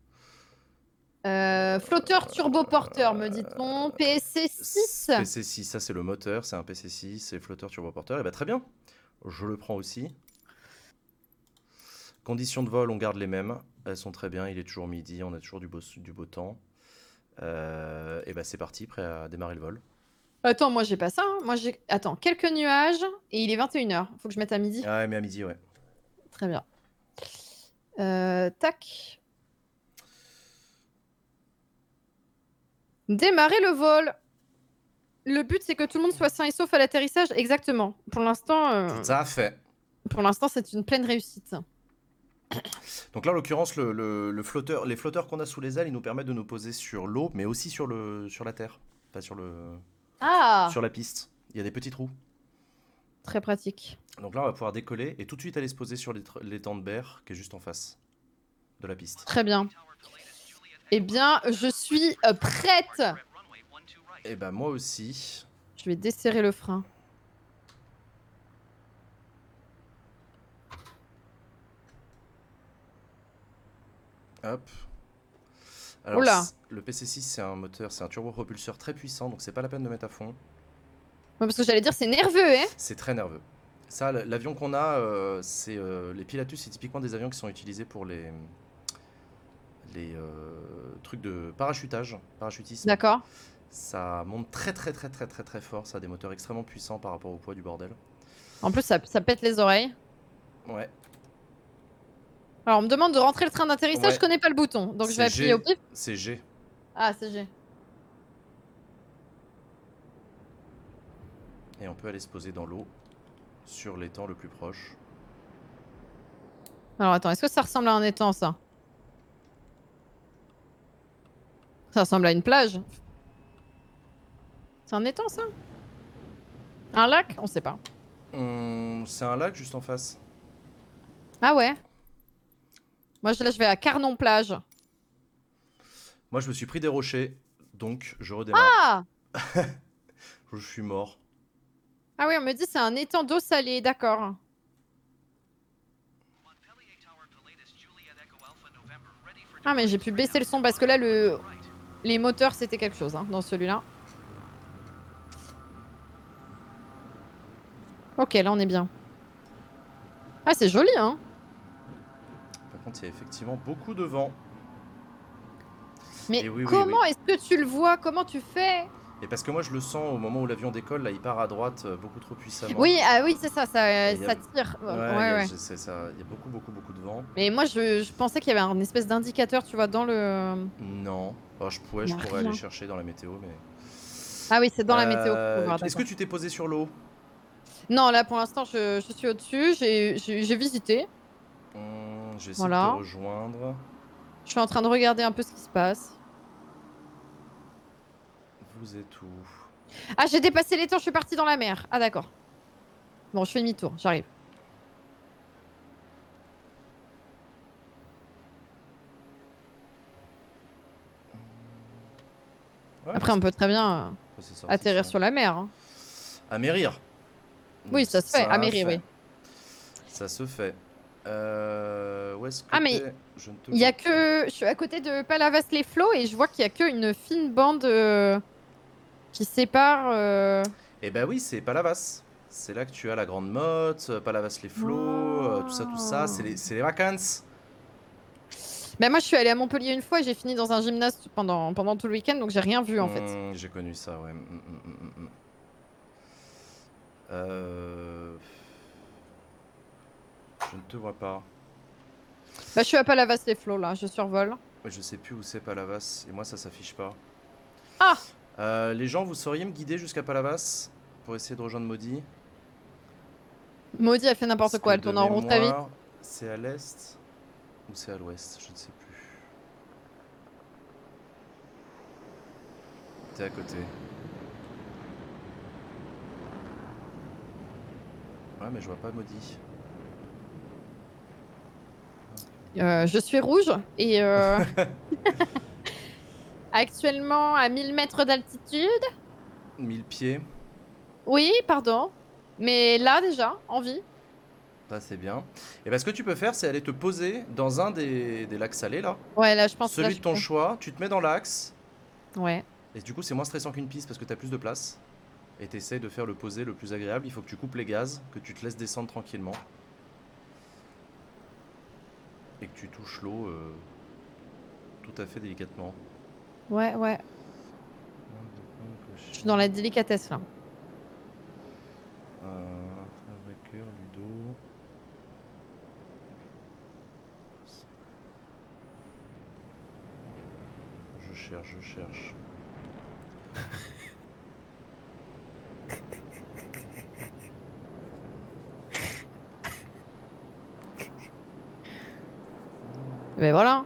Euh, flotteur turboporteur, me Euh, dit-on. PSC 6. PC6, ça c'est le moteur, c'est un PC6, c'est flotteur turboporteur. Et bah très bien, je le prends aussi. Conditions de vol, on garde les mêmes. Elles sont très bien, il est toujours midi, on a toujours du beau, du beau temps. et bah c'est parti, prêt à démarrer le vol. Attends, moi j'ai pas ça. hein. Moi j'ai. Attends, quelques nuages et il est 21h. Faut que je mette à midi. Ah, mais à midi, ouais. Très bien. Euh, tac. Démarrer le vol. Le but, c'est que tout le monde soit sain et sauf à l'atterrissage. Exactement. Pour l'instant, euh, Tout à fait. pour l'instant, c'est une pleine réussite. Donc là, en l'occurrence, le, le- le flotteur, les flotteurs qu'on a sous les ailes, ils nous permettent de nous poser sur l'eau, mais aussi sur, le, sur la terre. Enfin, sur, le, Ah, sur la piste. Il y a des petits trous. très pratique. Donc là, on va pouvoir décoller et tout de suite aller se poser sur l'étr- l'étang de berre qui est juste en face de la piste. Très bien. Eh bien, je suis euh, prête. Et bah, moi aussi. Je vais desserrer le frein. Hop. Alors, Oula. c- le PC6, c'est un moteur, c'est un turbopropulseur très puissant, donc c'est pas la peine de mettre à fond. Ouais, parce que j'allais dire, c'est nerveux, hein C'est très nerveux. Ça, l- l'avion qu'on a, euh, c'est euh, les Pilatus, c'est typiquement des avions qui sont utilisés pour les les euh, trucs de parachutage, parachutisme. D'accord. Ça monte très très très très très très fort. Ça a des moteurs extrêmement puissants par rapport au poids du bordel. En plus, ça, ça pète les oreilles. Ouais. Alors, on me demande de rentrer le train d'atterrissage, Ouais. je connais pas le bouton. Donc, je C'est vais appuyer G. au pif. C'est G. Ah, c'est G. Et on peut aller se poser dans l'eau sur l'étang le plus proche. Alors, attends, est-ce que ça ressemble à un étang, ça Ça ressemble à une plage. C'est un étang, ça Un lac On sait pas. Hum, c'est un lac juste en face. Ah ouais Moi, je- là, je vais à Carnon-Plage. Moi, je me suis pris des rochers, donc je redémarre. Ah je suis mort. Ah oui, on me dit c'est un étang d'eau salée, d'accord. Ah, mais j'ai pu baisser le son parce que là, le... les moteurs, c'était quelque chose hein, dans celui-là. Ok, là, on est bien. Ah, c'est joli, hein Par contre, il y a effectivement beaucoup de vent. Mais Eh oui, oui, comment est-ce que tu le vois Comment tu fais Et parce que moi, je le sens au moment où l'avion décolle, là, il part à droite euh, beaucoup trop puissamment. Oui, ah oui, c'est ça, ça, Et il y a- ça tire. Ouais, Ouais, il y a- ouais. c'est- c'est ça. Il y a beaucoup, beaucoup, beaucoup de vent. Mais moi, je, je pensais qu'il y avait un espèce d'indicateur, tu vois, dans le... Non. Bah, je pourrais, je Y a pourrais rien. aller chercher dans la météo, mais. Ah oui, c'est dans la météo. qu'on peut Euh, voir, Est-ce que d'accord. tu t'es posé sur l'eau Non, là pour l'instant, je, je suis au-dessus. J'ai j'ai- j'ai visité. Hum, J'essaie Voilà. de te rejoindre. Je suis en train de regarder un peu ce qui se passe. Vous êtes où Ah, j'ai dépassé les temps, je suis partie dans la mer. Ah, d'accord. Bon, je fais demi-tour, j'arrive. Ouais, Après, on peut très bien euh, c'est- c'est sorti, atterrir ça. sur la mer. hein. À Mérir. Oui, ça se fait, à Mérir, oui. Ça se fait. Euh, où est-ce que Ah, mais t'es Je ne te Il y a vois pas. que. Je suis à côté de Palavas-les-Flots et je vois qu'il y a qu'une fine bande euh, qui sépare. euh, Eh ben oui, c'est Palavas. C'est là que tu as la Grande Motte, euh, Palavas les Flots, euh, tout ça, tout ça. C'est les, c'est les vacances. Bah, moi, je suis allée à Montpellier une fois et j'ai fini dans un gymnase pendant, pendant tout le week-end, donc j'ai rien vu en fait. Hmm, J'ai connu ça, ouais. Hmm, hmm, hmm, hmm, hmm. Euh, Je ne te vois pas. Bah, je suis à Palavas-les-Flots là, je survole. Ouais, Je sais plus où c'est Palavas et moi ça s'affiche pas. Ah Euh, les gens, vous sauriez me guider jusqu'à Palavas pour essayer de rejoindre Maudit Maudit a fait n'importe Parce quoi, que elle de tourne en rond très vite. mémoire, C'est à l'est ou c'est à l'ouest, je ne sais plus. T'es à côté. Ouais, mais je vois pas maudit. Euh, je suis rouge et euh, actuellement à 1000 mètres d'altitude. 1000 pieds, Oui, pardon. Mais là déjà, en vie. ça c'est bien. Et bah, ce que tu peux faire, c'est aller te poser dans un des, des lacs salés là. Ouais, là je pense que là, Celui de je ton suis- choix, tu te mets dans l'axe. Ouais. Et du coup, c'est moins stressant qu'une piste parce que t'as plus de place. Et t'essayes de faire le poser le plus agréable. Il faut que tu coupes les gaz, que tu te laisses descendre tranquillement. Et que tu touches l'eau euh, tout à fait délicatement. Ouais, ouais. Je suis dans la délicatesse là. Euh, Fabriqueur, Ludo. Je cherche, je cherche. Mais voilà.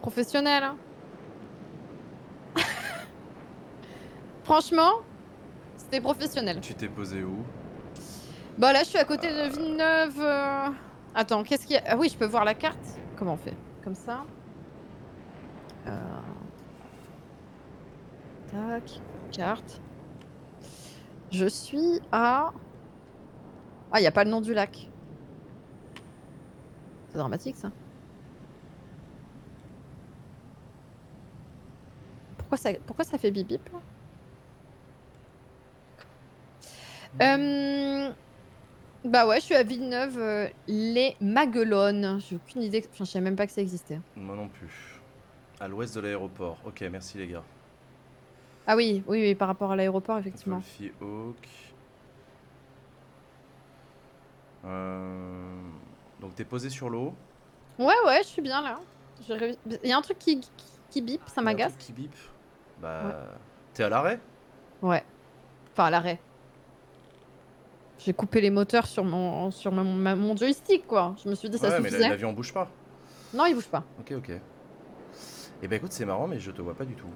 Professionnel. hein. Franchement, c'était professionnel. Tu t'es posé où Bah là, je suis à côté de Villeneuve. euh. Attends, qu'est-ce qu'il y a Ah oui, je peux voir la carte Comment on fait Comme ça. Euh, Tac, carte. Je suis à... Ah, il n'y a pas le nom du lac. C'est dramatique, ça. Pourquoi ça, pourquoi ça fait bip bip là Euh, bah ouais, je suis à Villeneuve, euh, les Maguelones. J'ai aucune idée, enfin, je savais même pas que ça existait. Moi non plus. À l'ouest de l'aéroport. Ok, merci les gars. Ah oui, oui, oui, par rapport à l'aéroport, effectivement. Wolfie Hawk. Euh, Donc t'es posé sur l'eau. Ouais, ouais, je suis bien là. Je réussis- Il y a un truc qui, qui, qui bip, ça Il y a un m'agace. truc Qui bip. Bah. T'es à l'arrêt Ouais. Enfin, à l'arrêt. J'ai coupé les moteurs sur mon, sur mon, ma- mon joystick, quoi. Je me suis dit, ça Ouais, mais suffisait. la- l'avion bouge pas. Non, il bouge pas. Ok, ok. Eh ben écoute, c'est marrant, mais je te vois pas du tout.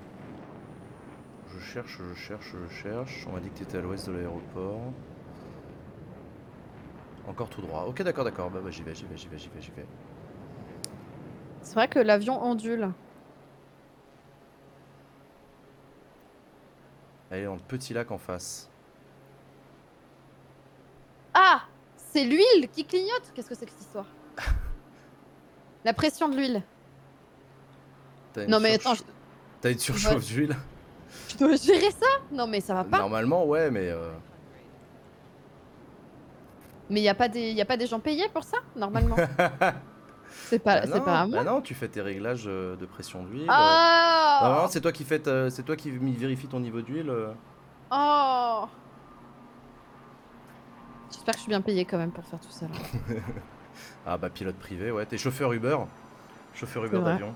Je cherche, je cherche, je cherche. On m'a dit que t'étais à l'ouest de l'aéroport. Encore tout droit. Ok, d'accord, d'accord. Bah, bah j'y vais, j'y vais, j'y vais, j'y vais, j'y vais. C'est vrai que l'avion ondule. Elle est dans le petit lac en face. Ah C'est l'huile qui clignote Qu'est-ce que c'est que cette histoire La pression de l'huile. T'as une Non, mais surcha- attends, je- T'as une surchauffe d'huile Je dois gérer ça Non mais ça va Ah, pas. Normalement, ouais, mais. euh, Mais y a pas des y a pas des gens payés pour ça normalement. c'est pas bah c'est non, pas à bah moi. non, tu fais tes réglages euh, de pression d'huile. euh. Non, non, Oh c'est toi qui fais ta- c'est toi qui mi- vérifie ton niveau d'huile. euh. Oh J'espère que je suis bien payée quand même pour faire tout ça. Là. Ah bah pilote privé, ouais. T'es chauffeur Uber. Chauffeur Uber C'est vrai. d'avion.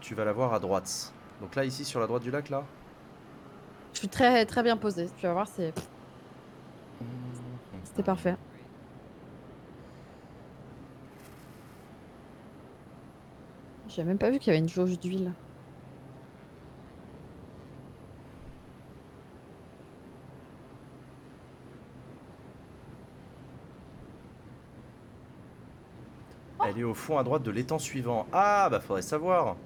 Tu vas la voir à droite. Donc là, ici, sur la droite du lac, là. Je suis très très bien posée. Tu vas voir, c'est Mmh. c'était parfait. J'ai même pas vu qu'il y avait une jauge d'huile. Elle est au fond à droite de l'étang suivant. Ah bah faudrait savoir.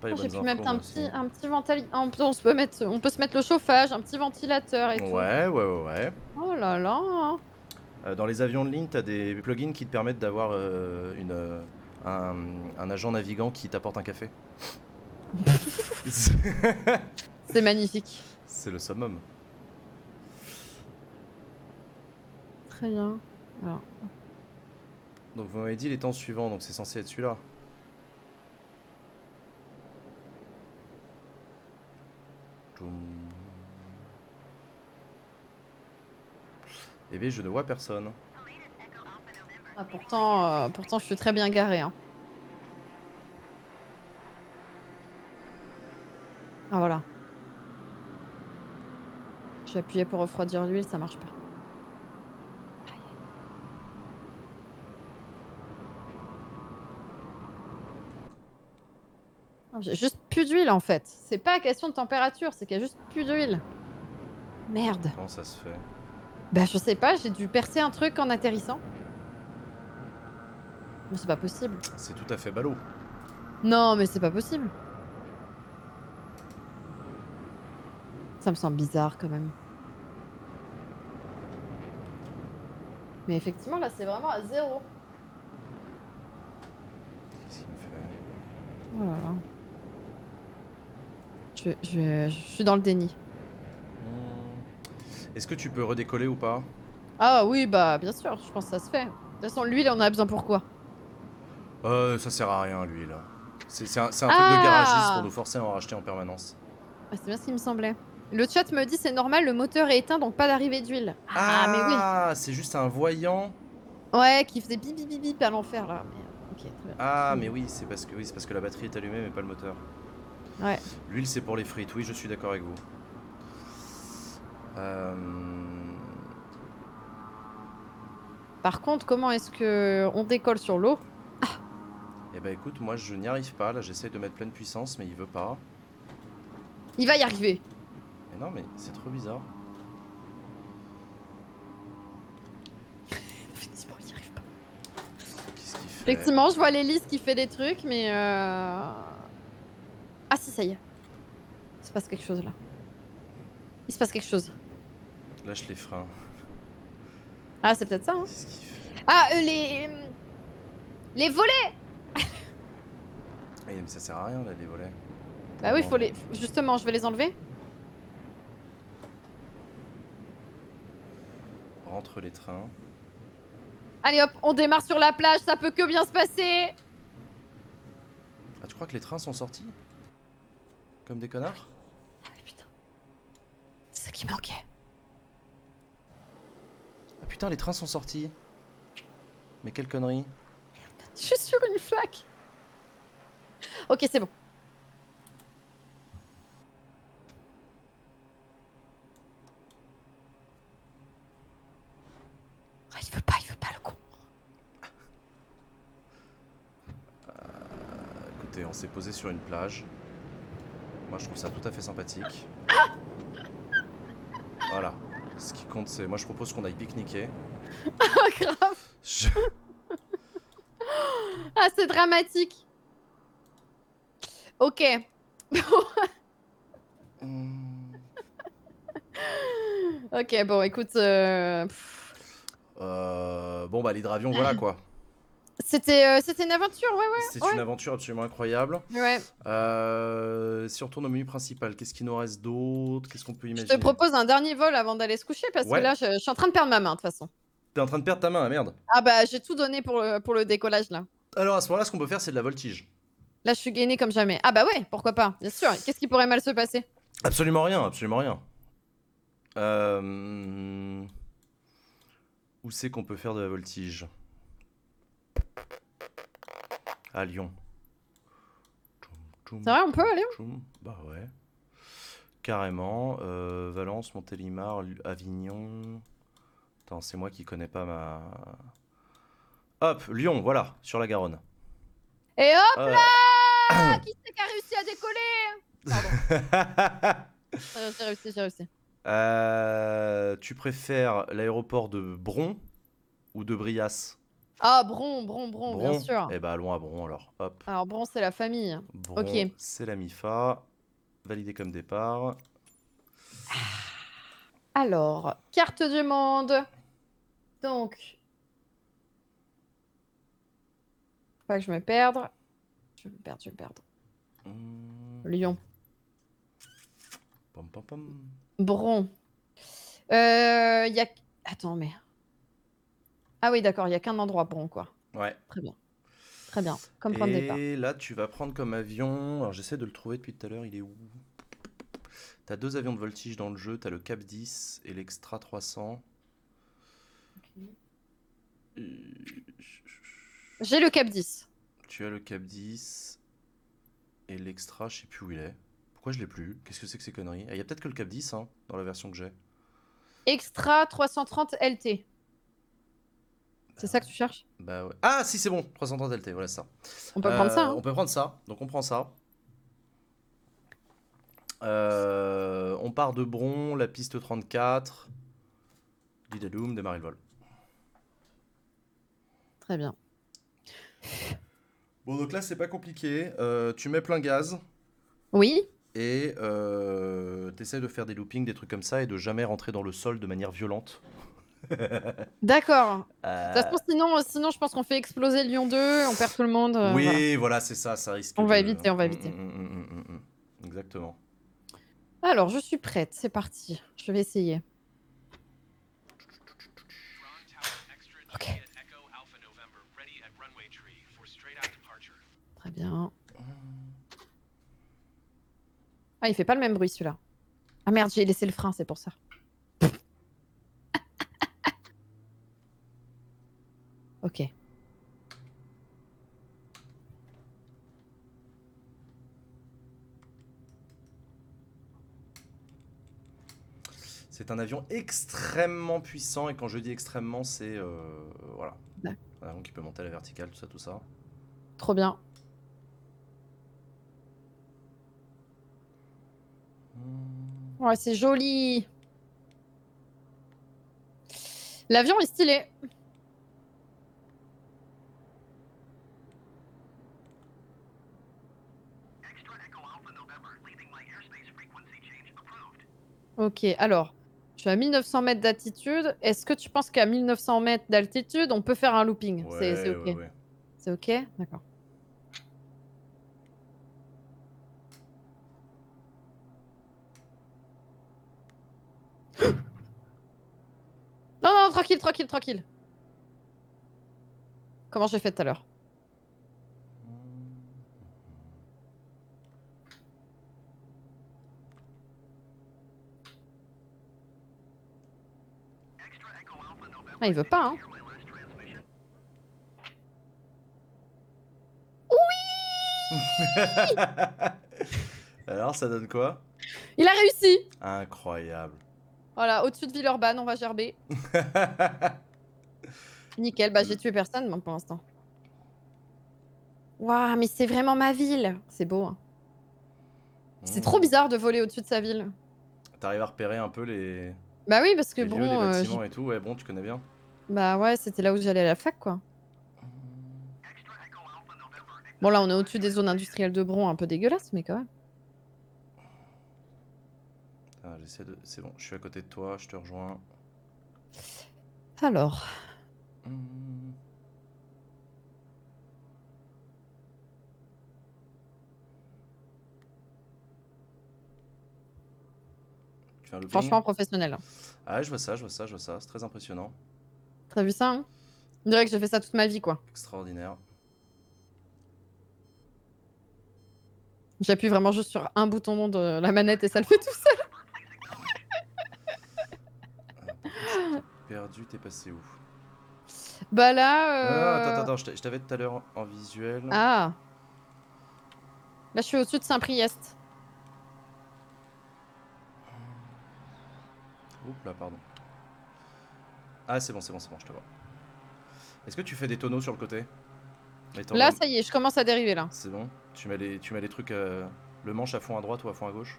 Pas les Oh, J'ai pu bonnes mettre infos, un moi aussi. petit un petit ventali- ah, On peut, on se peut mettre on peut se mettre le chauffage, un petit ventilateur et Ouais, ouais, ouais, ouais. tout. Oh là là. Euh, dans les avions de ligne, tu as des plugins qui te permettent d'avoir euh, une, euh, un, un agent navigant qui t'apporte un café. C'est C'est magnifique. c'est le summum. Très bien. Alors, Donc vous m'avez dit les temps suivants, donc c'est censé être celui-là. Toum. Eh bien, je ne vois personne. ah, pourtant, euh, pourtant, je suis très bien garée. hein. Ah voilà. J'ai appuyé pour refroidir l'huile, ça marche pas. Ah, J'ai juste plus d'huile en fait. C'est pas question de température, c'est qu'il y a juste plus d'huile. Merde. Comment ça se fait Bah je sais pas, j'ai dû percer un truc en atterrissant. Mais c'est pas possible. C'est tout à fait ballot. Non mais c'est pas possible. Ça me semble bizarre quand même. Mais effectivement là c'est vraiment à zéro. Qu'est-ce qu'il me fait Oh là là. Je, je- je suis dans le déni. Hmm. Est-ce que tu peux redécoller ou pas Ah oui bah bien sûr, je pense que ça se fait. De toute façon l'huile on en a besoin pour quoi Euh, ça sert à rien, lui, là. C'est c'est un, c'est un truc Ah de garagiste pour nous forcer à en racheter en permanence. Ah, C'est bien ce qui me semblait. Le chat me dit c'est normal, le moteur est éteint donc pas d'arrivée d'huile. Ah, mais oui. Ah, c'est juste un voyant. Ouais, qui faisait bip bip bip bip à l'enfer là. Mais, euh, ok, très bien. Ah, mais oui, c'est parce que oui, c'est parce que la batterie est allumée, mais pas le moteur. Ouais. L'huile, c'est pour les frites. Oui, je suis d'accord avec vous. Euh, Par contre, comment est-ce que on décolle sur l'eau Eh ben écoute, moi je n'y arrive pas. Là, j'essaie de mettre pleine puissance, mais il veut pas. Il va y arriver. Mais non, mais c'est trop bizarre. Effectivement, il y arrive pas. Qu'est-ce qu'il fait Effectivement, je vois l'hélice qui fait des trucs, mais... euh, Ah si, ça y est. Il se passe quelque chose là. Il se passe quelque chose. Lâche les freins. Ah, c'est peut-être ça. Hein. Qu'est-ce qu'il fait Ah, euh, les... Les volets Eh, mais ça sert à rien là, les volets. Bah oui, faut les... Justement, je vais les enlever. Rentre les trains. Allez hop, on démarre sur la plage, ça peut que bien se passer Ah, tu crois que les trains sont sortis Comme des connards Ah mais putain. C'est ça qui manquait. Ah putain, les trains sont sortis. Mais quelle connerie. Je suis sur une flaque. Ok, c'est bon. Ah, il veut pas, il veut pas le con. Bah, écoutez, on s'est posé sur une plage. Moi, je trouve ça tout à fait sympathique. Voilà. Ce qui compte, c'est. Moi, je propose qu'on aille pique-niquer. Ah, grave. Je- Ah, c'est dramatique. Ok. Hmm. Ok, bon, écoute, euh, pff, Euh, Bon, bah, l'hydravion, voilà quoi. c'était euh, c'était une aventure, ouais, C'est ouais. une aventure absolument incroyable. ouais. ouais. Euh, si on retourne au menu principal, qu'est-ce qu'il nous reste d'autre Qu'est-ce qu'on peut Je imaginer te propose un dernier vol avant d'aller se coucher parce Ouais. que là, je, je suis en train de perdre ma main de toute façon. T'es en train de perdre ta main, ah, merde. Ah bah, j'ai tout donné pour le, pour le décollage là. Alors à ce moment-là, ce qu'on peut faire, c'est de la voltige. Là, je suis gainée comme jamais. Ah bah ouais, pourquoi pas, bien sûr. Qu'est-ce qui pourrait mal se passer Absolument rien, absolument rien. Euh, Où c'est qu'on peut faire de la voltige À Lyon. C'est vrai, on peut aller Tchoum, Bah ouais. Carrément. euh, Valence, Montélimar, Lu- Avignon. Attends, c'est moi qui connais pas ma. Hop, Lyon, voilà, sur la Garonne. Et hop, Ah. qui c'est qui a réussi à décoller Euh, J'ai réussi, j'ai réussi. Euh, tu préfères l'aéroport de Bron ou de Brias Ah, Bron, Bron, Bron, bien sûr. Eh bah, allons à Bron alors. Hop. Alors, Bron, c'est la famille. Bron, Ok. c'est la MIFA. Validé comme départ. Alors, carte du monde. Donc. Faut Pas que je me perde. Je vais me perdre, je vais me perdre. Hmm, Lyon. pom, pom, pom. Bron. Euh, Il y a. Attends, mais. Ah oui, d'accord, il n'y a qu'un endroit, Bron, quoi. Ouais. Très bien. Très bien. Comme point de départ. Et là, tu vas prendre comme avion. Alors, j'essaie de le trouver depuis tout à l'heure. Il est où T'as deux avions de voltige dans le jeu. T'as le Cap 10 et l'Extra 300. J'ai le cap 10. Tu as le Cap 10 et l'Extra. Je sais plus où il est. Pourquoi je l'ai plus Qu'est-ce que c'est que ces conneries Ah, Il y a peut-être que le Cap 10 hein, dans la version que j'ai. Extra 330 LT. C'est ça que tu cherches Bah ouais. Ah, si, c'est bon. 330 LT, voilà ça. On peut Euh, prendre ça. hein. On peut prendre ça. Donc on prend ça. Euh, on part de Bron, la piste 34. Didadoum, démarrer le vol. Très bien. Bon, donc là, c'est pas compliqué. Euh, tu mets plein gaz Oui, et euh, t'essaies de faire des loopings, des trucs comme ça et de jamais rentrer dans le sol de manière violente. d'accord. Euh, De toute façon, sinon, sinon, je pense qu'on fait exploser Lyon 2, on perd tout le monde. euh, oui, voilà. voilà, c'est ça, ça risque. On va de- éviter, on va éviter. Mm, mm, mm, mm, mm, mm. Exactement. Alors, je suis prête, c'est parti. Je vais essayer. Ok. Très bien. Ah, il fait pas le même bruit celui-là. Ah merde, j'ai laissé le frein, c'est pour ça. ok. C'est C'est un avion extrêmement puissant et quand je dis extrêmement, c'est euh, voilà, Ouais. un avion qui peut monter à la verticale, tout ça, tout ça. Trop bien. Hmm. Ouais, c'est joli. L'avion est stylé. Ok, alors, je suis à 1900 mètres d'altitude. Est-ce que tu penses qu'à 1900 mètres d'altitude, on peut faire un looping C'est- C'est Ouais, ok. ouais, ouais. C'est ok D'accord. Non, non, tranquille, tranquille, tranquille. Comment j'ai fait tout à l'heure Ah, il veut pas, hein Alors, ça donne quoi Il a réussi Incroyable. Voilà, au-dessus de Villeurbanne, on va gerber. Nickel, bah j'ai tué personne moi, pour l'instant. Waouh, mais c'est vraiment ma ville C'est beau, hein. C'est trop bizarre. bizarre de voler au-dessus de sa ville. Mm. T'arrives à repérer un peu les, Bah oui, parce que les bon, lieux, les euh, bâtiments et tout. Ouais, bon, tu connais bien. j'ai- bah ouais, c'était là où j'allais à la fac, quoi. Bon, là, on est au-dessus des zones industrielles de Bron, un peu dégueulasse, mais quand même. Ah, j'essaie de. C'est bon, je suis à côté de toi, je te rejoins. Alors, Hmm. Tu fais un looping franchement, professionnel. Ah, je vois ça, je vois ça, je vois ça. C'est très impressionnant. T'as vu ça hein On dirait que j'ai fait ça toute ma vie, quoi. Extraordinaire. J'appuie vraiment juste sur un bouton de la manette et ça le fait tout seul. Perdu, t'es passé où Bah Ah, là. euh, Attends, attends, attends, je t'a- je t'avais tout à l'heure en visuel. Ah Là, je suis au-dessus de Saint-Priest. Oups là, pardon. Ah, c'est bon, c'est bon, c'est bon, je te vois. Est-ce que tu fais des tonneaux sur le côté Étant Là, donné- ça y est, je commence à dériver, là. C'est bon tu mets, les, tu mets les trucs, euh, le manche à fond à droite ou à fond à gauche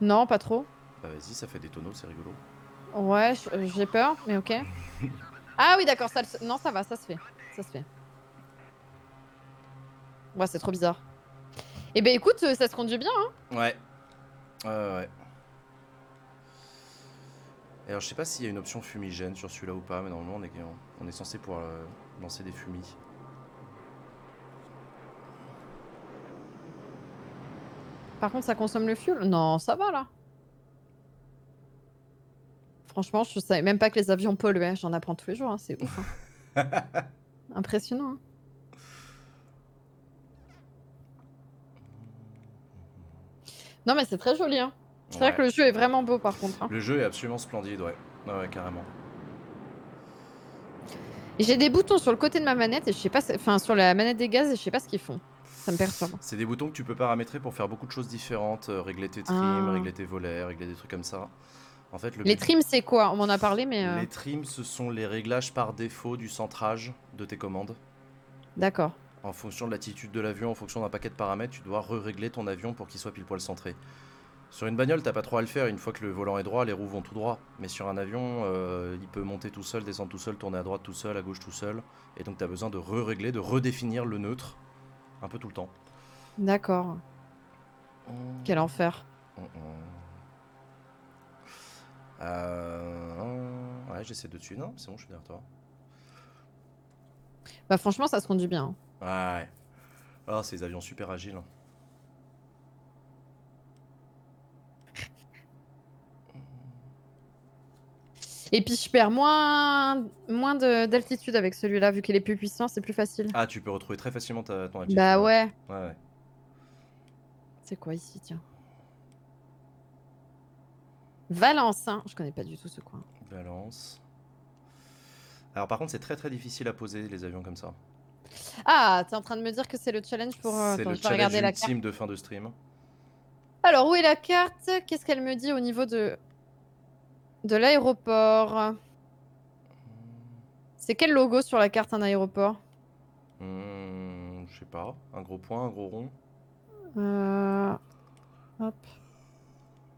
Non, pas trop. Bah vas-y, ça fait des tonneaux, c'est rigolo. Ouais, je- euh, j'ai peur, mais ok. Ah oui, d'accord, ça, le s- non, ça va, ça se fait, ça se fait. Ouais, c'est trop bizarre. Eh ben, écoute, euh, ça se conduit bien. hein. Ouais. Ouais, ouais. Et Alors je sais pas s'il y a une option fumigène sur celui-là ou pas, mais normalement on est, on est censé pouvoir euh, lancer des fumis. Par contre, ça consomme le fuel. Non, ça va là. Franchement, je savais même pas que les avions polluaient. J'en apprends tous les jours, hein, c'est ouf. hein. Impressionnant. hein. Non, mais c'est très joli. Hein. C'est vrai Ouais. que le jeu est vraiment beau, par contre. hein. Le jeu est absolument splendide, ouais. Ouais, ouais, carrément. Et J'ai des boutons sur le côté de ma manette et je sais pas, ce- enfin sur la manette des gaz et je sais pas ce qu'ils font. Ça me perturbe. C'est des boutons que tu peux paramétrer pour faire beaucoup de choses différentes, euh, régler tes trims, Ah. régler tes volets, régler des trucs comme ça. En fait, le Les but- trims, c'est quoi On m'en a parlé, mais euh, les trims, ce sont les réglages par défaut du centrage de tes commandes. d'accord. En fonction de l'attitude de l'avion, en fonction d'un paquet de paramètres, tu dois re-régler ton avion pour qu'il soit pile poil centré. Sur une bagnole, t'as pas trop à le faire, une fois que le volant est droit, les roues vont tout droit. Mais sur un avion, euh, il peut monter tout seul, descendre tout seul, tourner à droite tout seul, à gauche tout seul. Et donc t'as besoin de re-régler, de redéfinir le neutre, un peu tout le temps. D'accord. Quel enfer. Mm, mm. Euh, Ouais, j'essaie de tuer. Non, c'est bon, je suis derrière toi. Bah franchement, ça se conduit bien. Ouais. Ah, ces avions super agiles. Et puis je perds moins, moins de- d'altitude avec celui-là, vu qu'il est plus puissant, c'est plus facile. Ah, tu peux retrouver très facilement ta, ton altitude. Bah ouais. Ouais, ouais. C'est quoi ici, tiens Valence, hein. Je connais pas du tout ce coin. Balance. Alors, par contre, c'est très très difficile à poser les avions comme ça. Ah, t'es en train de me dire que c'est le challenge pour. euh, c'est attends, le je vais regarder challenge la carte. ultime de fin de stream. Alors, où est la carte Qu'est-ce qu'elle me dit au niveau de. de l'aéroport. C'est quel logo sur la carte un aéroport Hmm, je sais pas. Un gros point, un gros rond. Euh, Hop.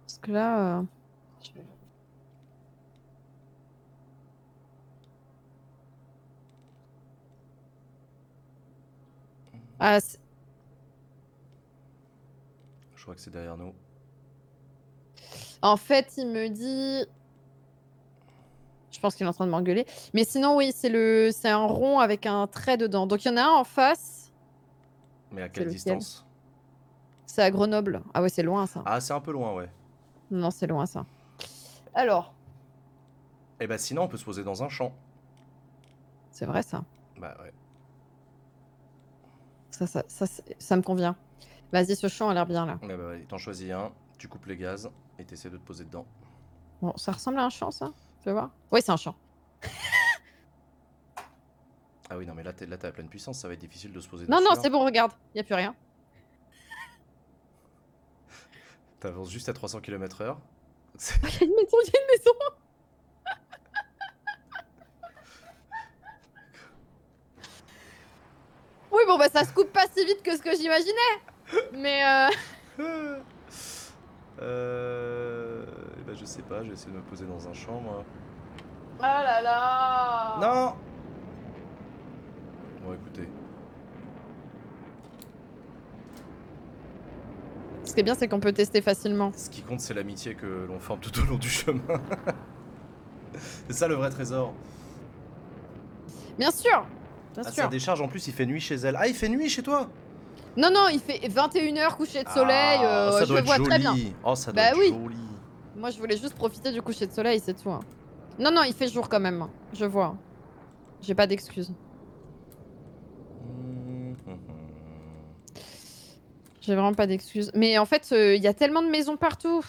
Parce que là. euh, je- Ah, c'est- Je crois que c'est derrière nous. en fait, il me dit. Je pense qu'il est en train de m'engueuler. Mais sinon, oui, c'est le, c'est un rond avec un trait dedans. Donc il y en a un en face. Mais à quelle lequel distance C'est à Grenoble. Ah ouais, c'est loin ça. Ah, c'est un peu loin, ouais. Non, c'est loin ça. Alors, Et bah sinon, on peut se poser dans un champ. c'est vrai ça. Bah ouais. Ça, ça, ça, c'est- ça me convient. Vas-y, ce champ a l'air bien là. Eh bah, vas-y, t'en choisis un, tu coupes les gaz et t'essaies de te poser dedans. Bon, ça ressemble à un champ, ça Tu veux voir Oui, c'est un champ. Ah oui, non, mais là, t'es là, t'es à pleine puissance, ça va être difficile de se poser Non, dessus, hein. non, là. c'est bon, regarde. Il n'y a plus rien. T'avances juste à 300 km/h. Il y a une maison, il y a une maison. oui, bon, bah ça se coupe pas si vite que ce que j'imaginais. Mais euh, euh. Eh bah, je sais pas, je vais essayer de me poser dans un champ, moi. ah là là. Non Bon, écoutez. Ce qui est bien, c'est qu'on peut tester facilement. Ce qui compte, c'est l'amitié que l'on forme tout au long du chemin. c'est ça le vrai trésor. Bien sûr. Bien Ah, sûr. sa décharge, en plus, il fait nuit chez elle. Ah, il fait nuit chez toi Non, non, il fait 21h coucher de soleil. Ah, euh, ça je doit le être vois joli. très bien. Oh, ça doit Bah être oui. joli. Moi, je voulais juste profiter du coucher de soleil, c'est tout. hein. Non, non, il fait jour quand même. Je vois. J'ai pas d'excuses. Mhm. J'ai vraiment pas d'excuses. Mais en fait, euh, il y a tellement de maisons partout.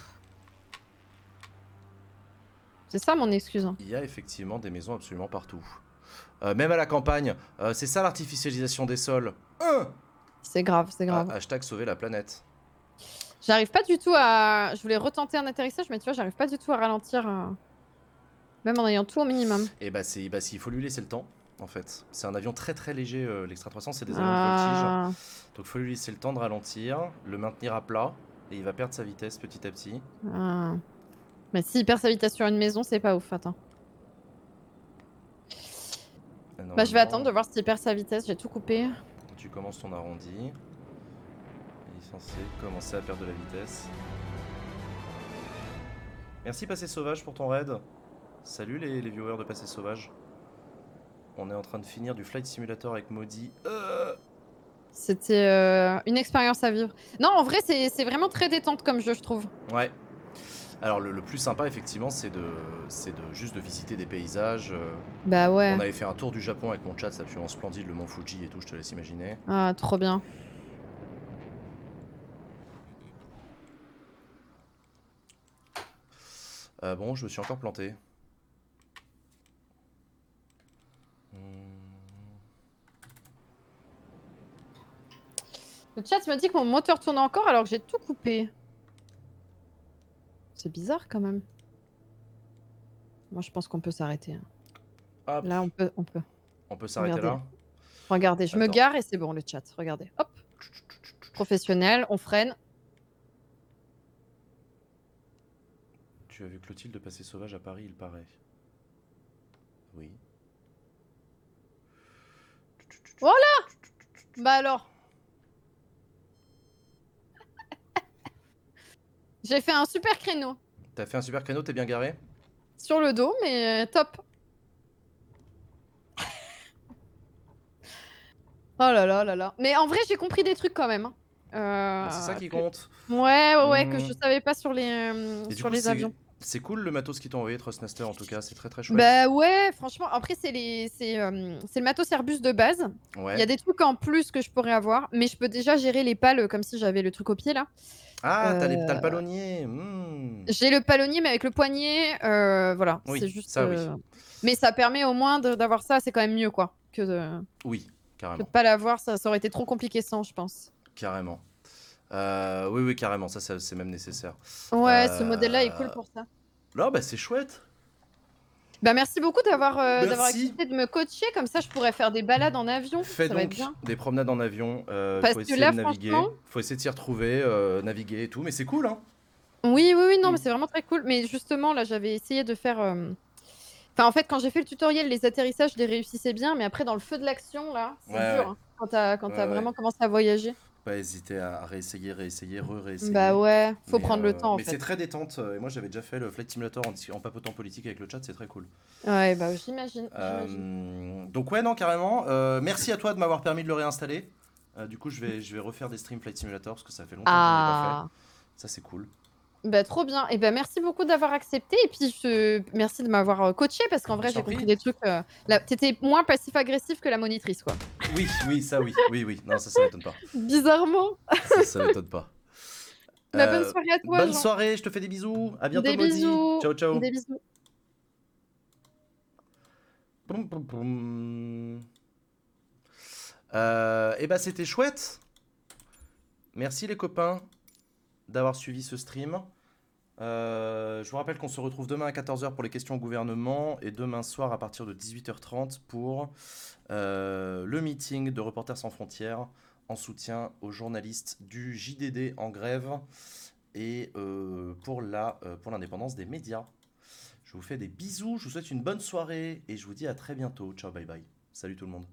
C'est ça mon excuse. hein. Il y a effectivement des maisons absolument partout. Euh, même à la campagne. Euh, c'est ça l'artificialisation des sols. Hein C'est grave, c'est grave. Ah, hashtag sauver la planète. J'arrive pas du tout à. Je voulais retenter un atterrissage, mais tu vois, j'arrive pas du tout à ralentir. euh, Même en ayant tout au minimum. Et bah, c'est, bah, s'il faut lui laisser le temps, en fait. C'est un avion très très léger, euh, l'extra 300, c'est des hein. avions de voltige. Ah, Donc faut lui laisser le temps de ralentir, le maintenir à plat, et il va perdre sa vitesse petit à petit. ah. Mais s'il perd sa vitesse sur une maison, c'est pas ouf. Attends. Et Bah, je vais Euh, normalement, attendre de voir s'il perd sa vitesse. J'ai tout coupé. Tu commences ton arrondi. Il est censé commencer à perdre de la vitesse. Merci Passé Sauvage pour ton raid. Salut les, les viewers de Passé Sauvage. On est en train de finir du Flight Simulator avec Maudit. Euh, C'était euh, une expérience à vivre. Non, en vrai, c'est c'est vraiment très détente comme jeu, je trouve. Ouais. Alors le, le plus sympa effectivement c'est de, c'est de juste de visiter des paysages. euh, Bah ouais. On avait fait un tour du Japon avec mon chat, c'est absolument splendide, le mont Fuji et tout, je te laisse imaginer. Ah, trop bien. Euh, bon, je me suis encore planté. Hmm. Le chat me dit que mon moteur tourne encore alors que j'ai tout coupé. C'est bizarre quand même. Moi, je pense qu'on peut s'arrêter. hein. Hop, Là, on peut, on peut. on peut s'arrêter là regardez. Regardez, je me Attends. gare et c'est bon le chat. Regardez, hop, professionnel, on freine. Tu as vu Clotilde passer sauvage à Paris, il paraît. Oui. Voilà Bah alors. j'ai fait un super créneau T'as fait un super canot, t'es bien garé sur le dos, mais euh, top. oh là là là là. Mais en vrai, j'ai compris des trucs quand même. hein. Euh, Ah, C'est ça qui que- compte. Ouais, ouais, ouais, que Mm. je savais pas sur les, euh, Et du sur coup, les c'est- avions. C'est cool le matos qu'ils t'ont envoyé, Trustmaster, en tout cas, c'est très très chouette. Bah ouais, franchement, après, c'est les, c'est, euh, c'est le matos Airbus de base. Il y ouais. a des trucs en plus que je pourrais avoir, mais je peux déjà gérer les pales comme si j'avais le truc au pied là. Ah, t'as les- t'as Euh, le palonnier hmm. J'ai le palonnier, mais avec le poignet, euh, voilà. Oui, c'est juste. euh, ça, oui. Mais ça permet au moins de- d'avoir ça, c'est quand même mieux quoi, que de, Oui, que carrément. de pas l'avoir. Ça, ça aurait été trop compliqué sans, je pense. Carrément. Euh, oui, oui, carrément, ça, ça- c'est même nécessaire. Ouais, Euh, ce modèle là est cool pour ça. Là, bah, c'est chouette. Bah, merci beaucoup d'avoir euh, d'avoir Merci. accepté de me coacher. Comme ça, je pourrais faire des balades en avion. Fais ça va être donc bien. des promenades en avion. euh, Parce faut que essayer là, de naviguer. franchement- Faut essayer de s'y retrouver, euh, naviguer et tout. Mais c'est cool, hein. Oui, oui, oui, non, Mm. mais c'est vraiment très cool. Mais justement, là, j'avais essayé de faire. euh, Enfin, en fait, quand j'ai fait le tutoriel, les atterrissages, je les réussissais bien. Mais après, dans le feu de l'action, là, c'est Ouais, dur. ouais. hein, quand t'as quand Ouais, t'as ouais. vraiment commencé à voyager. Pas hésiter à à réessayer, réessayer, re-réessayer. Bah ouais, faut Mais, prendre euh, le temps, en Mais c'est fait. très détente. euh, Et moi, j'avais déjà fait le Flight Simulator en, dis- en papotant politique avec le chat, c'est très cool. Ouais, bah j'imagine. Euh, j'imagine. donc, ouais, non, carrément. euh, merci à toi de m'avoir permis de le réinstaller. Euh, du coup, je vais, je vais refaire des streams Flight Simulator parce que ça fait longtemps que je l'ai pas Ah, fait. Ça, c'est cool. bah trop bien. Et ben merci beaucoup d'avoir accepté. Et puis, je... merci de m'avoir euh, coaché parce qu'en vrai, Je t'en j'ai compris prie. des trucs. euh, là, T'étais moins passif-agressif que la monitrice, quoi. Oui, oui, ça, oui. Oui, oui. Non, ça, ça m'étonne pas. Bizarrement. Ça, ça m'étonne pas. Bah, Euh, bonne soirée à toi. Bonne Jean. soirée, je te fais des bisous. À bientôt, Des Maudit. bisous. Ciao, ciao. Des bisous. Poum, poum, poum. Euh, eh ben, c'était chouette. Merci les copains d'avoir suivi ce stream. Euh, je vous rappelle qu'on se retrouve demain à 14h pour les questions au gouvernement et demain soir à partir de 18h30 pour euh, le meeting de Reporters sans frontières en soutien aux journalistes du JDD en grève et euh, pour la- euh, pour l'indépendance des médias. Je vous fais des bisous, je vous souhaite une bonne soirée et je vous dis à très bientôt. Ciao, bye bye. Salut tout le monde.